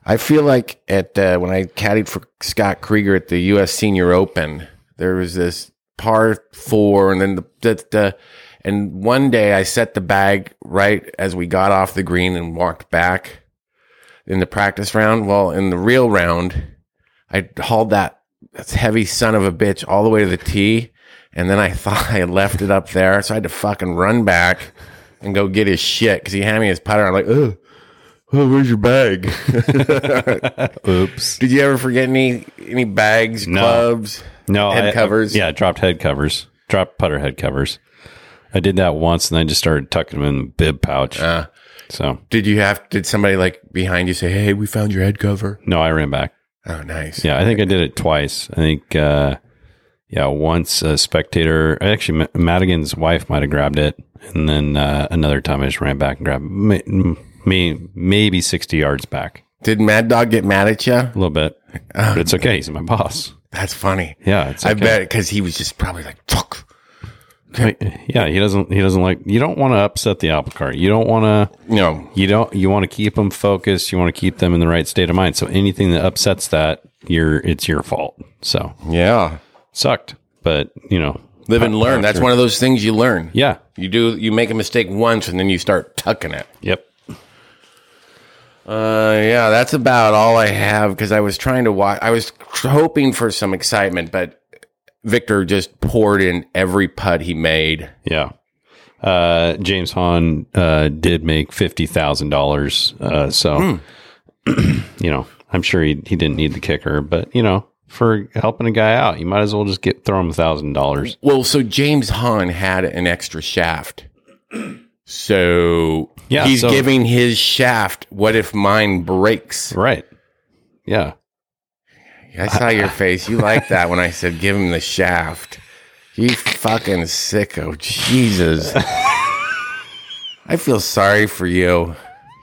B: I feel like at uh, when I caddied for Scott Krieger at the U.S. Senior Open, there was this par four, and then the, the, the and one day I set the bag right as we got off the green and walked back in the practice round. Well, in the real round, I hauled that heavy son of a bitch all the way to the tee, and then I thought I left it up there, so I had to fucking run back and go get his shit because he handed me his putter. I'm like, ugh. Oh, where's your bag?
A: Oops.
B: Did you ever forget any any bags,
A: No.
B: clubs?
A: No
B: Head
A: I-
B: covers.
A: yeah, I dropped head covers. Dropped putter head covers. I did that once, and I just started tucking them in the bib pouch.
B: Uh.
A: so
B: Did you have did somebody like behind you say, "Hey, we found your head cover"?
A: no, I ran back.
B: Oh, nice.
A: Yeah, I think I did it twice. I think, uh, yeah, once a spectator, actually, Ma- Madigan's wife might have grabbed it, and then uh, another time I just ran back and grabbed me, me maybe sixty yards back,
B: Did Mad Dog get mad at you?
A: a little bit, but it's okay. He's my boss.
B: That's funny.
A: Yeah, it's
B: I
A: okay.
B: bet because he was just probably like, "Fuck."
A: Like, yeah, he doesn't. He doesn't like. You don't want to upset the apple cart. You don't want to.
B: No,
A: You don't. You want to keep them focused. You want to keep them in the right state of mind. So anything that upsets that, you're it's your fault. So
B: yeah.
A: sucked, but you know,
B: Live and learn. That's one of those things you learn.
A: yeah,
B: You do. You make a mistake once, and then you start tucking it.
A: yep.
B: Uh, yeah, that's about all I have because I was trying to watch. I was hoping for some excitement, but Victor just poured in every putt he made.
A: Yeah. Uh, James Hahn uh, did make fifty thousand uh, dollars. So you know, I'm sure he, he didn't need the kicker, but you know, for helping a guy out, you might as well just get throw him a thousand dollars.
B: Well, so James Hahn had an extra shaft. So
A: Yeah,
B: he's
A: so-
B: giving his shaft. What if mine breaks?
A: Right. Yeah.
B: I saw your face. You liked that when I said give him the shaft. You fucking sicko. Jesus. I feel sorry for you.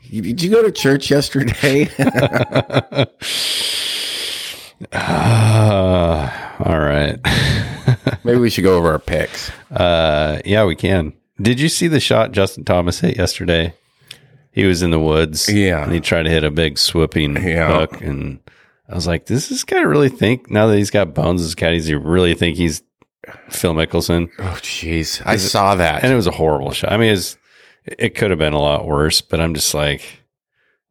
B: You- Did you go to church yesterday?
A: Uh, all right.
B: Maybe we should go over our picks.
A: Uh, yeah, we can. Did you see the shot Justin Thomas hit yesterday? He was in the woods.
B: Yeah.
A: And he tried to hit a big swooping
B: Yeah.
A: hook. And I was like, does this guy really think, now that he's got bones as caddy, does he really think he's Phil Mickelson?
B: Oh, jeez. I saw that.
A: And it was a horrible shot. I mean, it's, it could have been a lot worse, but I'm just like,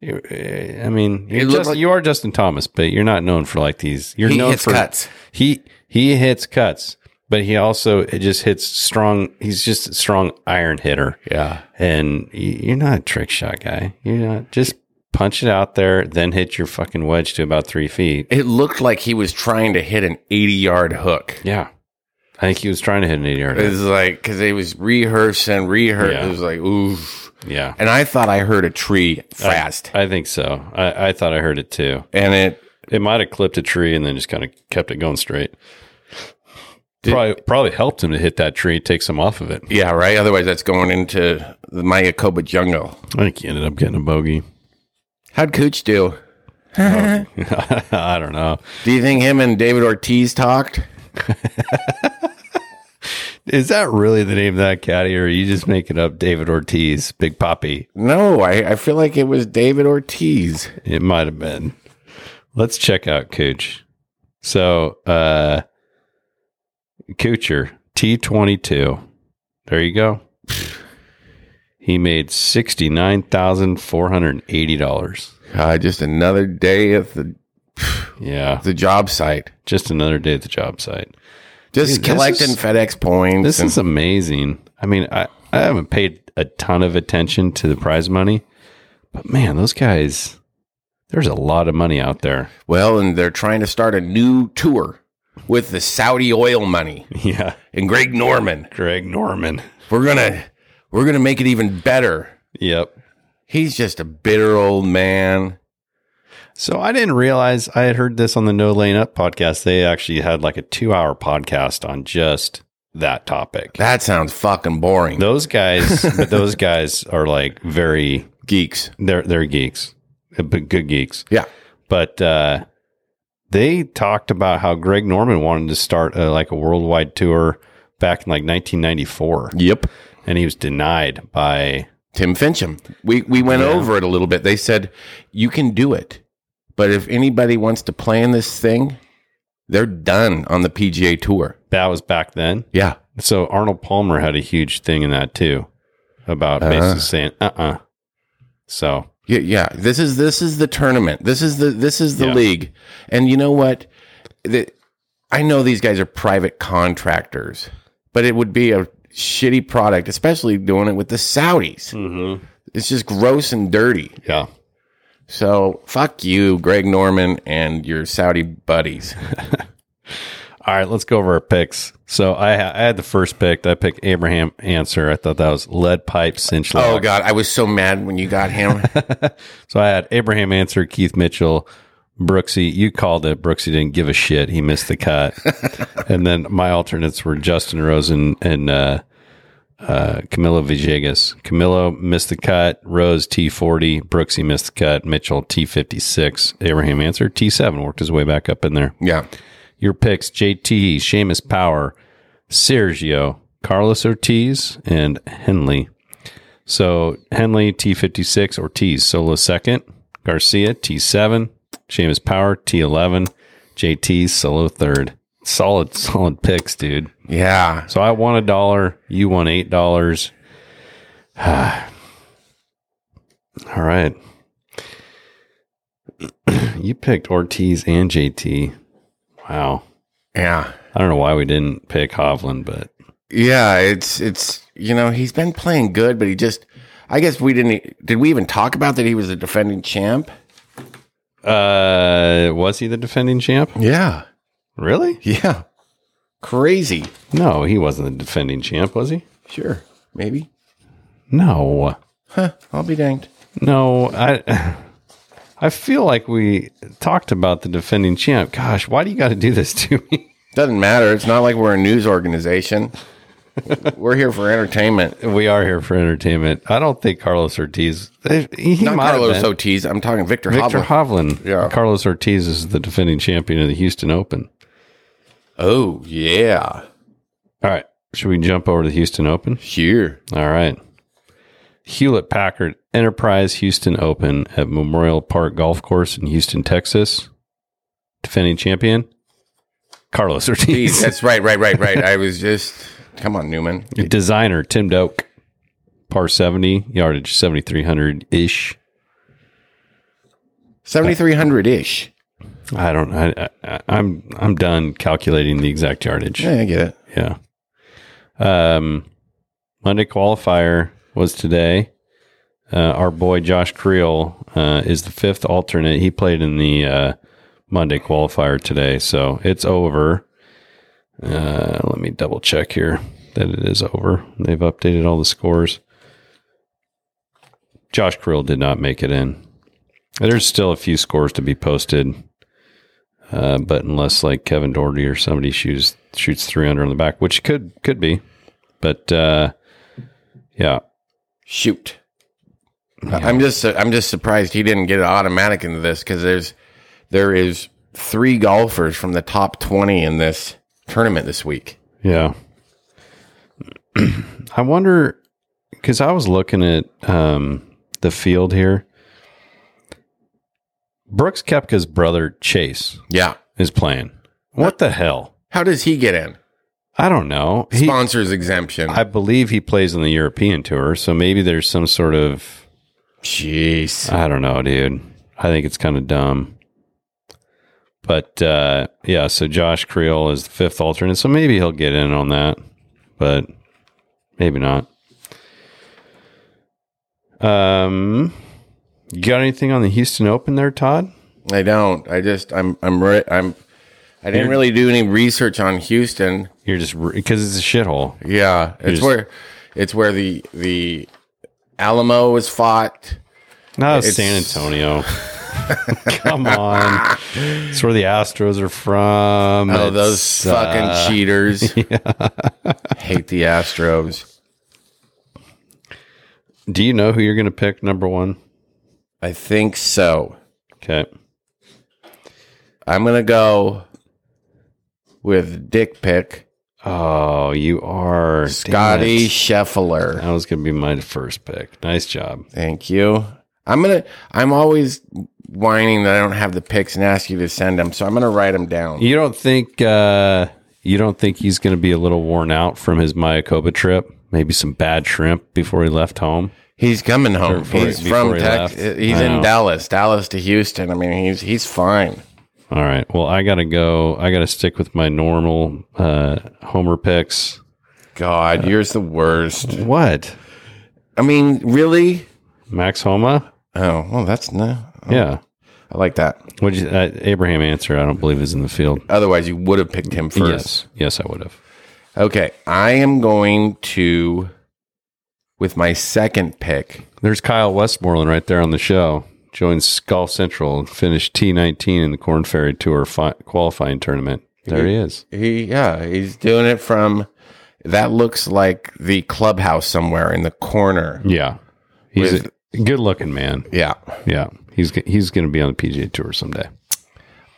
A: you- eh, I mean,
B: It
A: you're
B: looked
A: just,
B: like-
A: you are Justin Thomas, but you're not known for like these. You're
B: He
A: known
B: hits
A: for
B: cuts.
A: he he hits cuts, but he also it just hits strong. He's just a strong iron hitter,
B: Yeah.
A: and y- you're not a trick shot guy. You're not just punch it out there, then hit your fucking wedge to about three feet.
B: It looked like he was trying to hit an 80 yard hook.
A: Yeah, I think he was trying to hit an eighty
B: It
A: yarder.
B: was like, because it was rehearsing, rehearse.
A: Yeah.
B: It was like, oof.
A: Yeah.
B: And I thought I heard a tree
A: Uh,
B: fast,
A: I think so. I, I thought I heard it too.
B: and it
A: It might have clipped a tree and then just kind of kept it going straight. Probably, probably helped him to hit that tree, take some off of it.
B: yeah right. Otherwise, that's going into the Mayakoba jungle.
A: I think he ended up getting a bogey.
B: How'd Cooch do?
A: I don't know.
B: Do you think him and David Ortiz talked?
A: Is that really the name of that caddy, or are you just making up David Ortiz, Big Poppy?
B: No, I, I feel like it was David Ortiz.
A: It might have been. Let's check out Cooch. So, uh, Coocher, T22. There you go. He made $69,480.
B: Uh, just another day at the,
A: Yeah.
B: the job site,
A: Just another day at the job site.
B: just
A: Dude, this
B: collecting
A: is-
B: FedEx points.
A: This
B: and-
A: is amazing. I mean, I, I haven't paid a ton of attention to the prize money, but man, those guys, there's a lot of money out there.
B: well, and they're trying to start a new tour with the Saudi oil money
A: Yeah.
B: and Greg Norman.
A: Greg Norman.
B: We're gonna we're gonna make it even better.
A: Yep.
B: He's just a bitter old man.
A: So I didn't realize I had heard this on the No Lane Up podcast. They actually had like a two hour podcast on just that topic.
B: That sounds fucking boring.
A: Those guys, but those guys are like very,
B: Geeks.
A: they're, they're geeks, but good geeks.
B: Yeah.
A: But, uh, they talked about how Greg Norman wanted to start a, like a worldwide tour back in like 1994,
B: Yep.
A: and he was denied by
B: Tim Fincham. We we went over it a little bit. They said you can do it, but if anybody wants to play in this thing, they're done on the PGA Tour.
A: that was back then.
B: Yeah,
A: So Arnold Palmer had a huge thing in that too, about basically saying uh uh So
B: yeah, yeah. This is this is the tournament. This is the this is the
A: Yeah.
B: league. And you know what? The, I know these guys are private contractors, but it would be a shitty product, especially doing it with the Saudis. It's just gross and dirty.
A: yeah,
B: So fuck you, Greg Norman, and your Saudi buddies.
A: all right. Let's go over our picks. So I ha- I had the first pick. I picked Abraham Answer. I thought that was lead pipe cinch
B: Oh
A: lock.
B: God, I was so mad when you got him.
A: So I had Abraham Answer, Keith Mitchell, Brooksy. You called it. Brooksy didn't give a shit. He missed the cut. and then my alternates were Justin Rosen and uh, uh, Camilo Villegas. Camilo missed the cut. Rose T40. Brooksy missed the cut. Mitchell T56. Abraham Answer T7 worked his way back up in there.
B: yeah,
A: Your picks JT, Seamus Power, Sergio, Carlos Ortiz, and Henley. So Henley, T56, Ortiz, solo second, Garcia, T7, Seamus Power, T11, JT, solo third. Solid, solid picks, dude.
B: yeah.
A: So I won a dollar. You won eight dollars. All right. you picked Ortiz and JT. Wow.
B: Yeah.
A: I don't know why we didn't pick Hovland, but
B: Yeah, it's it's you know, he's been playing good, but he just I guess we didn't did we even talk about that he was a defending champ?
A: uh was he the defending champ?
B: Yeah.
A: Really?
B: Yeah. Crazy.
A: No, he wasn't the defending champ, was he?
B: Sure. Maybe.
A: No.
B: Huh. I'll be danged.
A: No, I I feel like we talked about the defending champ. Gosh, why do you got to do this to me?
B: Doesn't matter. It's not like we're a news organization. we're here for entertainment.
A: We are here for entertainment. I don't think Carlos Ortiz. He
B: Not
A: might
B: Carlos
A: have been.
B: Ortiz. I'm talking Victor,
A: Victor
B: Hovland.
A: Hovland.
B: Yeah.
A: Carlos Ortiz is the defending champion of the Houston Open.
B: oh yeah.
A: All right. Should we jump over to the Houston Open?
B: Sure.
A: All right. Hewlett Packard Enterprise Houston Open at Memorial Park Golf Course in Houston, Texas. Defending champion Carlos
B: Jeez,
A: Ortiz.
B: that's right, right, right, right. I was just come on, Newman.
A: Designer Tim Doak. Par 70, yardage 7,300 ish.
B: Seventy three hundred ish.
A: I don't. I, I, I'm I'm done calculating the exact yardage.
B: Yeah, I get it.
A: Yeah. Um, Monday qualifier was today. Uh, our boy Josh Creel uh, is the fifth alternate. He played in the uh, Monday qualifier today, so it's over. Uh, let me double check here that it is over. They've updated all the scores. Josh Krill did not make it in. There's still a few scores to be posted, uh, but unless like Kevin Doherty or somebody shoots shoots three under on the back, which could could be, but uh, yeah,
B: Shoot. I'm just I'm just surprised he didn't get an automatic into this because there's there is three golfers from the top twenty in this tournament this week.
A: yeah. I wonder because I was looking at um, the field here. Brooks Kepka's brother Chase
B: Yeah.
A: is playing. What the hell?
B: How does he get in?
A: I don't know. He,
B: Sponsors exemption.
A: I believe he plays on the European tour, so maybe there's some sort of
B: Jeez.
A: I don't know, dude. I think it's kind of dumb. But uh, yeah, so Josh Creel is the fifth alternate, so maybe he'll get in on that, but maybe not. Um, you got anything on the Houston Open there, Todd?
B: I don't. I just I'm I'm re- I'm I didn't
A: You're-
B: really do any research on Houston.
A: You're just because it's a shithole.
B: Yeah, it's
A: just-
B: where it's where the the Alamo was fought.
A: No, it's
B: It's-
A: San Antonio. Come on, it's where the Astros are from.
B: Oh,
A: It's,
B: those
A: uh,
B: fucking cheaters! Hate the Astros.
A: Do you know who you're going to pick number one?
B: I think so.
A: Okay.
B: I'm gonna go with Dick Pick
A: Oh, you are damn
B: Scotty
A: it.
B: Scheffler.
A: That was going to be my first pick. Nice job.
B: Thank you. I'm gonna. I'm always whining that I don't have the picks and ask you to send them, so I'm gonna write them down.
A: You don't think uh, you don't think he's going to be a little worn out from his Mayakoba trip? Maybe some bad shrimp before he left home.
B: He's coming home.
A: Before-
B: He's
A: before
B: from
A: he
B: Texas.
A: left.
B: He's
A: I
B: in
A: know.
B: Dallas, Dallas to Houston. I mean, he's he's fine.
A: All right. Well, I got to go. I got to stick with my normal uh, Homer picks.
B: God, yours the worst.
A: What?
B: I mean, really?
A: Max Homa?
B: Oh, well, that's no.
A: Yeah.
B: I like that.
A: Would you, uh, Abraham answer? I don't believe is in the field.
B: Otherwise, you would have picked him first.
A: Yes. Yes, I would have.
B: Okay, I am going to with my second pick.
A: There's Kyle Westmoreland right there on the show. Joins Golf Central and finished T19 in the Corn Ferry Tour fi- qualifying tournament. There he is.
B: He, yeah, he's doing it from. That looks like the clubhouse somewhere in the corner.
A: Yeah. He's a good looking man.
B: Yeah,
A: Yeah. He's g- he's going to be on the PGA Tour someday.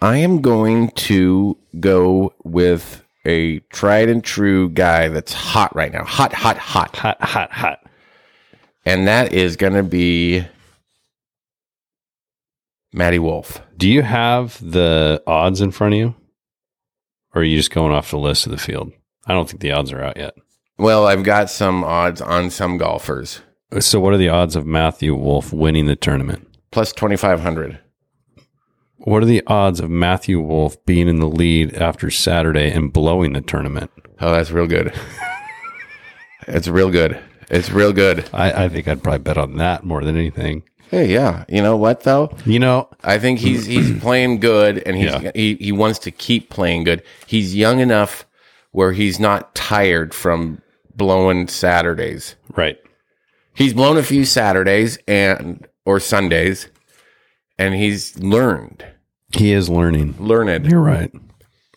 B: I am going to go with a tried and true guy that's hot right now. Hot, hot, hot.
A: Hot, hot, hot.
B: And that is going to be Matty Wolf.
A: Do you have the odds in front of you? Or are you just going off the list of the field? I don't think the odds are out yet.
B: Well, I've got some odds on some golfers.
A: So, what are the odds of Matthew Wolf winning the tournament?
B: Plus 2,500.
A: What are the odds of Matthew Wolf being in the lead after Saturday and blowing the tournament?
B: Oh, that's real good. it's real good. It's real good.
A: I, I think I'd probably bet on that more than anything.
B: Hey, yeah. You know what though?
A: You know,
B: I think he's he's playing good, and he's,
A: Yeah.
B: he he wants to keep playing good. He's young enough where he's not tired from blowing Saturdays.
A: right?
B: He's blown a few Saturdays and or Sundays, and he's learned
A: He is learning.
B: learned.
A: You're right.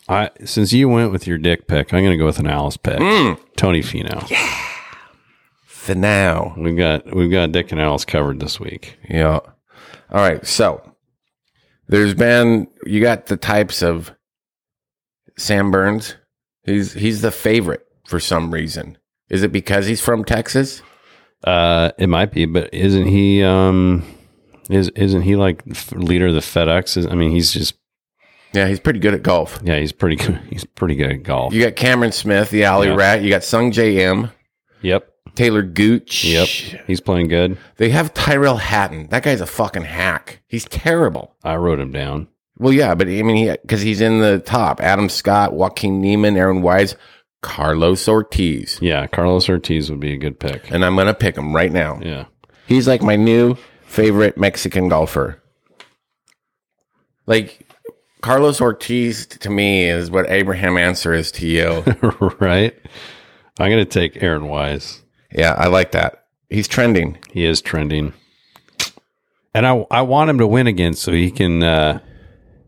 A: I since you went with your dick pick, I'm going to go with an Alice pick. Tony Fino.
B: For now,
A: We've got we've got Dick and Alice covered this week.
B: yeah. All right, so there's been you got the types of Sam Burns. He's he's the favorite for some reason. Is it because he's from Texas?
A: Uh, it might be, but isn't he? Um, is isn't he like f- leader of the FedEx? Is- I mean, he's just
B: Yeah, he's pretty good at golf.
A: yeah, he's pretty good. He's pretty good at golf.
B: You got Cameron Smith, the alley
A: Yeah.
B: rat. You got Sung J M,
A: Yep,
B: Taylor Gooch.
A: yep, he's playing good.
B: They have Tyrell Hatton. That guy's a fucking hack. He's terrible.
A: I wrote him down.
B: Well, yeah, but I mean, because he's in the top. Adam Scott, Joaquin Neiman, Aaron Wise, Carlos Ortiz,
A: Yeah, Carlos Ortiz would be a good pick.
B: and I'm gonna pick him right now.
A: Yeah.
B: He's like my new favorite Mexican golfer. Like Carlos Ortiz to me is what Abraham Answer is to you.
A: right? I'm going to take Aaron Wise.
B: yeah, I like that. He's trending.
A: He is trending. And I I want him to win again so he can uh,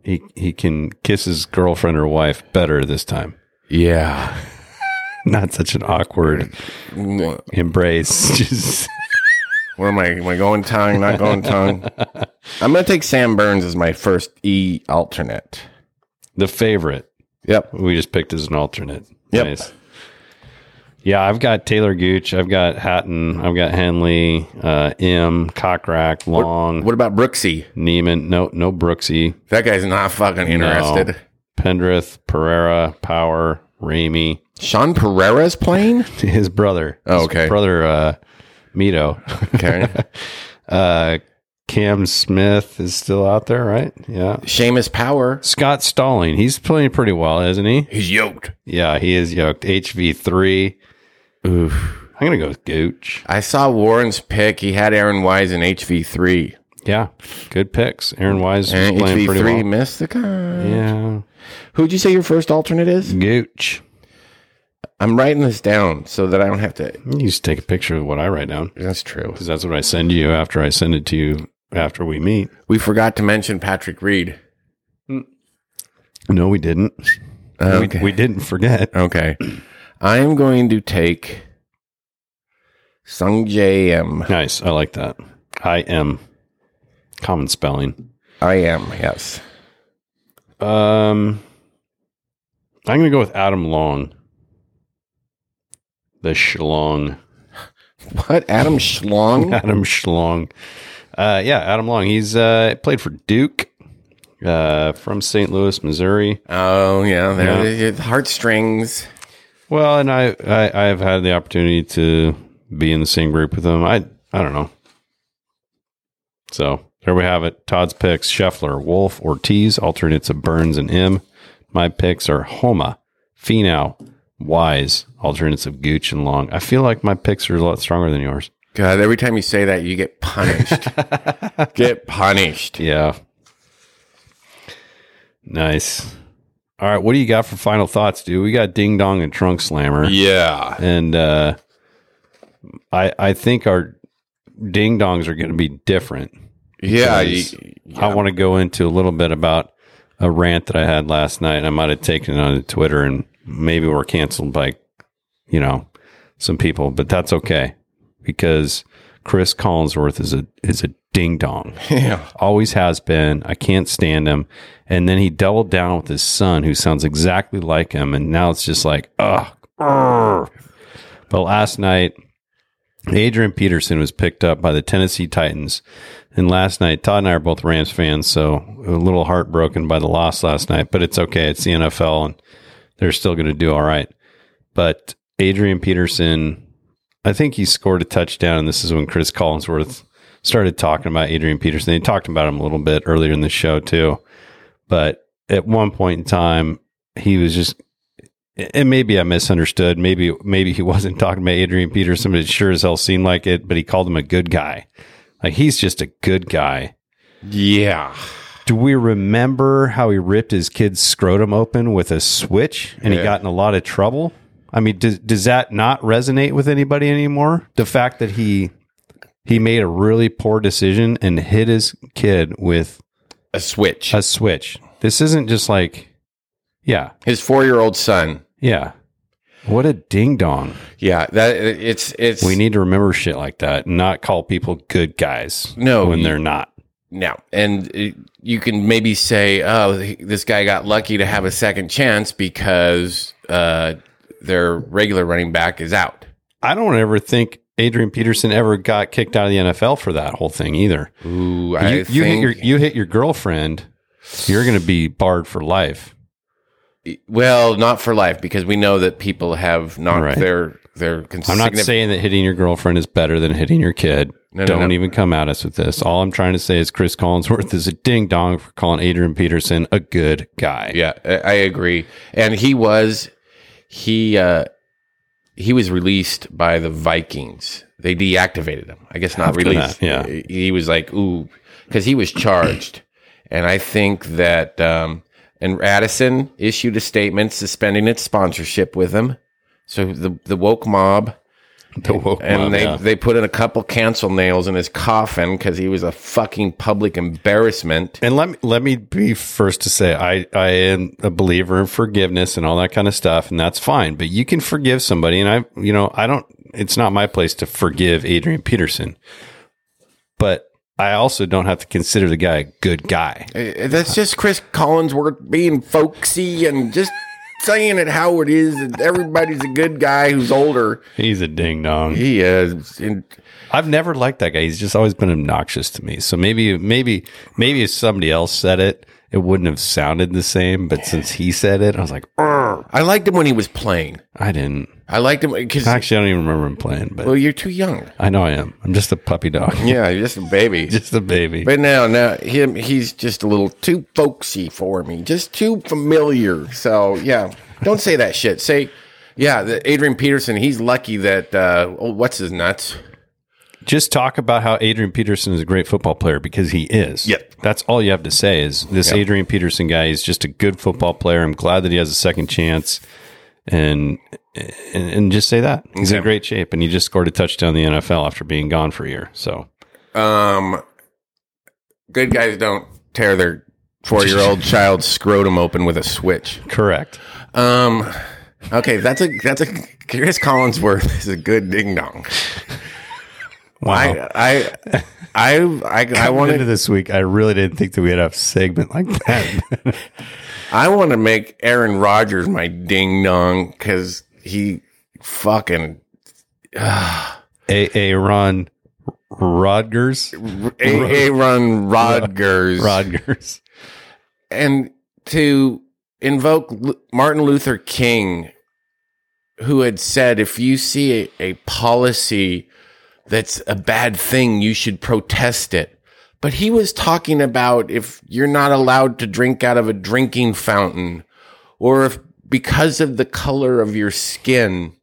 A: he he can kiss his girlfriend or wife better this time.
B: Yeah.
A: Not such an awkward
B: Where
A: embrace. Just
B: am I? Am I going tongue? Not going tongue? I'm going to take Sam Burns as my first E alternate.
A: the favorite.
B: Yep.
A: We just picked as an alternate.
B: Yep.
A: Yeah, I've got Taylor Gooch, I've got Hatton, I've got Henley, uh, M, Cockrack, Long,
B: What about Brooksy?
A: Neiman, no, no Brooksy,
B: That guy's not fucking interested.
A: No. Pendrith, Pereira, Power, Ramey,
B: Sean Pereira's playing?
A: his brother.
B: Oh,
A: His
B: okay.
A: brother, uh, Mito.
B: Okay.
A: Uh, Cam Smith is still out there, right? Yeah.
B: Seamus Power.
A: Scott Stalling, he's playing pretty well, isn't he?
B: He's yoked.
A: Yeah, he is yoked. HV3. Oof. I'm going to go with Gooch.
B: I saw Warren's pick. He had Aaron Wise in HV3.
A: Yeah, good picks. Aaron Wise is
B: And
A: playing pretty
B: HV3
A: well.
B: missed the cut.
A: Yeah.
B: Who'd you say your first alternate is?
A: Gooch.
B: I'm writing this down so that I don't have to.
A: You just take a picture of what I write down
B: That's true.
A: because that's what I send you after I send it to you after we meet.
B: We forgot to mention Patrick Reed.
A: No, we didn't.
B: Oh,
A: We, we didn't forget.
B: Okay. I am going to take Sung J M.
A: Nice. I like that. I am. Common spelling.
B: I am, yes.
A: Um, I'm going to go with Adam Long. The Shlong.
B: What? Adam Schlong?
A: Adam Schlong. Uh, yeah, Adam Long. He's uh, played for Duke uh, from St. Louis, Missouri.
B: oh, yeah. There it is. Heartstrings.
A: Well, and I, I, I've had the opportunity to be in the same group with him. I, I don't know. So there we have it. Todd's picks: Scheffler, Wolf, Ortiz. Alternates of Burns and M. My picks are Homa, Finau, Wise. Alternates of Gooch and Long. I feel like my picks are a lot stronger than yours.
B: God, every time you say that, you get punished. get punished.
A: Yeah. Nice. All right, what do you got for final thoughts, dude? We got Ding Dong and Trunk Slammer,
B: Yeah.
A: and uh, I I think our Ding Dongs are going to be different.
B: Yeah.
A: Because
B: y-
A: I want to go into a little bit about a rant that I had last night. I might have taken it on Twitter, and maybe we're canceled by you know some people, but that's okay because Chris Collinsworth is a is a ding dong
B: yeah.
A: always has been. I can't stand him. And then he doubled down with his son, who sounds exactly like him. And now it's just like, ugh. urgh. But last night, Adrian Peterson was picked up by the Tennessee Titans. And last night, Todd and I are both Rams fans, so a little heartbroken by the loss last night. But it's okay. It's the NFL, and they're still going to do all right. But Adrian Peterson, I think he scored a touchdown. And this is when Chris Collinsworth started talking about Adrian Peterson. They talked about him a little bit earlier in the show too, but at one point in time, he was just. And maybe I misunderstood. Maybe maybe he wasn't talking about Adrian Peterson, but it sure as hell seemed like it. But he called him a good guy. Like he's just a good guy.
B: Yeah.
A: Do we remember how he ripped his kid's scrotum open with a switch and he
B: Yeah.
A: got in a lot of trouble? I mean, does, does that not resonate with anybody anymore? The fact that he he made a really poor decision and hit his kid with
B: A switch.
A: a switch. This isn't just like, yeah,
B: His four year old son.
A: yeah. What a ding dong.
B: Yeah. That it's, it's,
A: We need to remember shit like that and not call people good guys
B: No,
A: when
B: you-
A: they're not.
B: No. And it, you can maybe say, oh, th- this guy got lucky to have a second chance because uh, their regular running back is out.
A: I don't ever think Adrian Peterson ever got kicked out of the NFL for that whole thing either.
B: Ooh, I
A: you,
B: think
A: you hit your you hit your girlfriend, you're going to be barred for life.
B: well, not for life because we know that people have not
A: Right.
B: their their.
A: I'm not
B: consignif-
A: saying that hitting your girlfriend is better than hitting your kid.
B: No, no,
A: Don't
B: no.
A: even come at us with this. All I'm trying to say is Chris Collinsworth is a ding dong for calling Adrian Peterson a good guy.
B: Yeah, I I agree. And he was he uh he was released by the Vikings. They deactivated him. I guess not
A: After
B: released.
A: that, yeah.
B: He was like, ooh, because he was charged. and I think that um and Addison issued a statement suspending its sponsorship with him. So the the woke mob
A: The woke
B: and
A: mob,
B: they,
A: yeah.
B: they put in a couple cancel nails in his coffin because he was a fucking public embarrassment.
A: And let me let me be first to say I I am a believer in forgiveness and all that kind of stuff, and that's fine. But you can forgive somebody, and I you know I don't. It's not my place to forgive Adrian Peterson, but I also don't have to consider the guy a good guy.
B: Uh, That's just Chris Collinsworth being folksy and just saying it how it is. that Everybody's a good guy who's older.
A: He's a ding dong.
B: He is. And
A: I've never liked that guy. He's just always been obnoxious to me. So maybe maybe maybe if somebody else said it, it wouldn't have sounded the same. But since he said it, I was like, "Arr."
B: I liked him when he was playing.
A: I didn't.
B: I liked him because,
A: Actually, I don't even remember him playing. But
B: well, you're too young.
A: I know I am. I'm just a puppy dog.
B: Yeah, you're just a baby.
A: just a baby.
B: But now, now him, he's just a little too folksy for me, just too familiar. So yeah, don't say that shit. Say, yeah, the Adrian Peterson. He's lucky that uh, oh, what's his nuts?
A: Just talk about how Adrian Peterson is a great football player because he is.
B: Yep.
A: That's all you have to say is this Adrian Peterson guy is just a good football player. I'm glad that he has a second chance. And and, and just say that. He's in
B: Okay.
A: great shape and he just scored a touchdown in the NFL after being gone for a year. So
B: Um, good guys don't tear their four-year-old child's scrotum open with a switch.
A: correct.
B: Um, okay, that's a that's a Chris Collinsworth is a good ding dong.
A: Wow.
B: I I I I, I
A: Coming
B: want
A: into this week, I really didn't think that we'd have a segment like that.
B: I want to make Aaron Rodgers my ding dong because he fucking
A: A A Ron Rodgers.
B: Aaron Rodgers.
A: Rodgers.
B: And to invoke Lu- Martin Luther King, who had said, if you see a, a policy that's a bad thing, you should protest it. But he was talking about if you're not allowed to drink out of a drinking fountain, or if because of the color of your skin,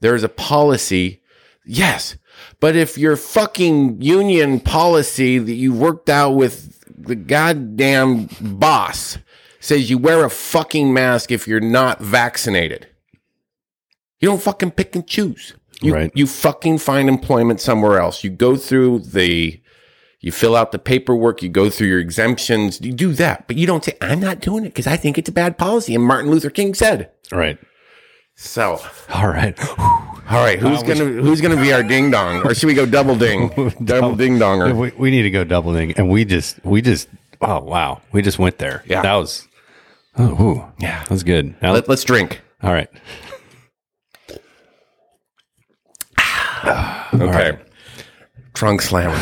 B: there's a policy. Yes. But if your fucking union policy that you worked out with the goddamn boss says you wear a fucking mask if you're not vaccinated, you don't fucking pick and choose. You,
A: Right.
B: you fucking find employment somewhere else. You go through the, you fill out the paperwork, you go through your exemptions, you do that, but you don't say, I'm not doing it because I think it's a bad policy. And Martin Luther King said,
A: Right.
B: so
A: All right.
B: all right, who's gonna who's gonna be our ding dong, or should we go double ding, double ding donger?
A: We, we need to go double ding, and we just we just oh wow, we just went there.
B: Yeah.
A: that was oh ooh.
B: Yeah.
A: that's good. Now-
B: Let, us drink.
A: all right,
B: Okay, trunk slammer.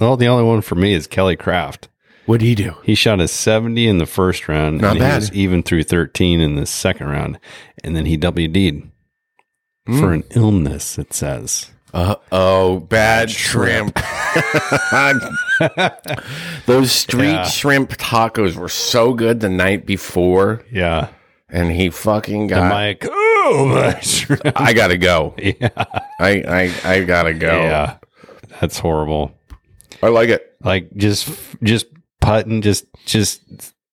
A: well, the only one for me is Kelly Kraft.
B: What do you do?
A: He shot a seventy in the first round,
B: Not
A: and he
B: bad.
A: was even through thirteen in the second round, and then he WD'd
B: Mm.
A: for an illness. It says
B: Uh oh, bad shrimp. Those street
A: Yeah.
B: shrimp tacos were so good the night before,
A: yeah.
B: and he fucking got.
A: Mike, oh, that's right.
B: I gotta go. Yeah, I I, I gotta go.
A: yeah, that's horrible.
B: I like it.
A: like just just putting just just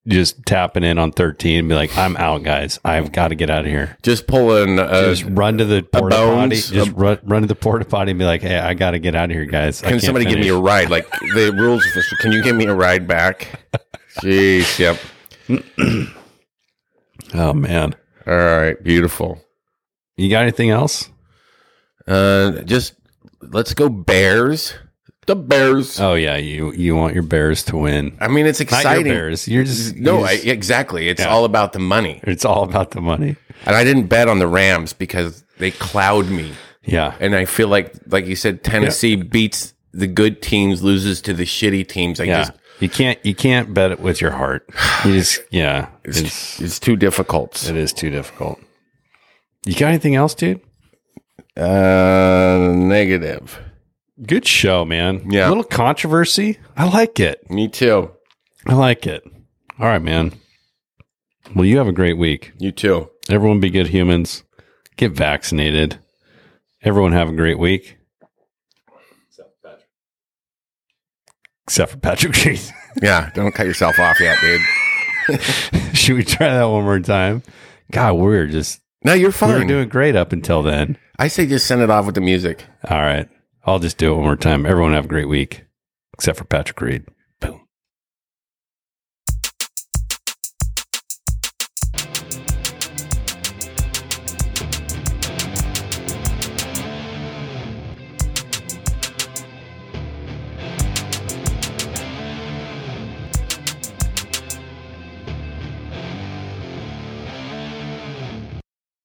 A: just tapping in on 13 and be like i'm out guys i've got to get out of here
B: Just pulling. Uh,
A: just run to the porta potty
B: bones,
A: just
B: a-
A: run, run to the porta potty and be like hey i got to get out of here guys
B: can somebody give me a ride? Like the rules official. Can you give me a ride back? Jeez. Yep.
A: a oh man
B: All right, beautiful.
A: you got anything else
B: Uh, just let's go Bears. The Bears.
A: oh yeah you you want your bears to win
B: I mean, it's
A: not
B: exciting.
A: your bears you're just
B: No,
A: you're
B: I,
A: just-
B: exactly. It's all about the money.
A: it's all about the money
B: And I didn't bet on the Rams because they cloud me.
A: yeah
B: And I feel like, like you said, Tennessee beats the good teams, loses to the shitty teams. I
A: yeah
B: just
A: you can't you can't bet it with your heart you just yeah it's
B: it's too difficult.
A: it is too difficult you got anything else dude
B: Uh, negative.
A: Good show, man. A
B: Yeah.
A: little controversy. I like it.
B: Me too.
A: I like it. All right, man. Well, you have a great week.
B: You too.
A: Everyone be good humans. Get vaccinated. Everyone have a great week. Except for Patrick. Except for
B: Yeah. Don't cut yourself off yet, dude.
A: Patrick. Should we try that one more time? God, we're just
B: No, you're
A: We were
B: fine.
A: doing great up until then.
B: I say just send it off with the music.
A: All right. I'll just do it one more time. Everyone have a great week, except for Patrick Reed.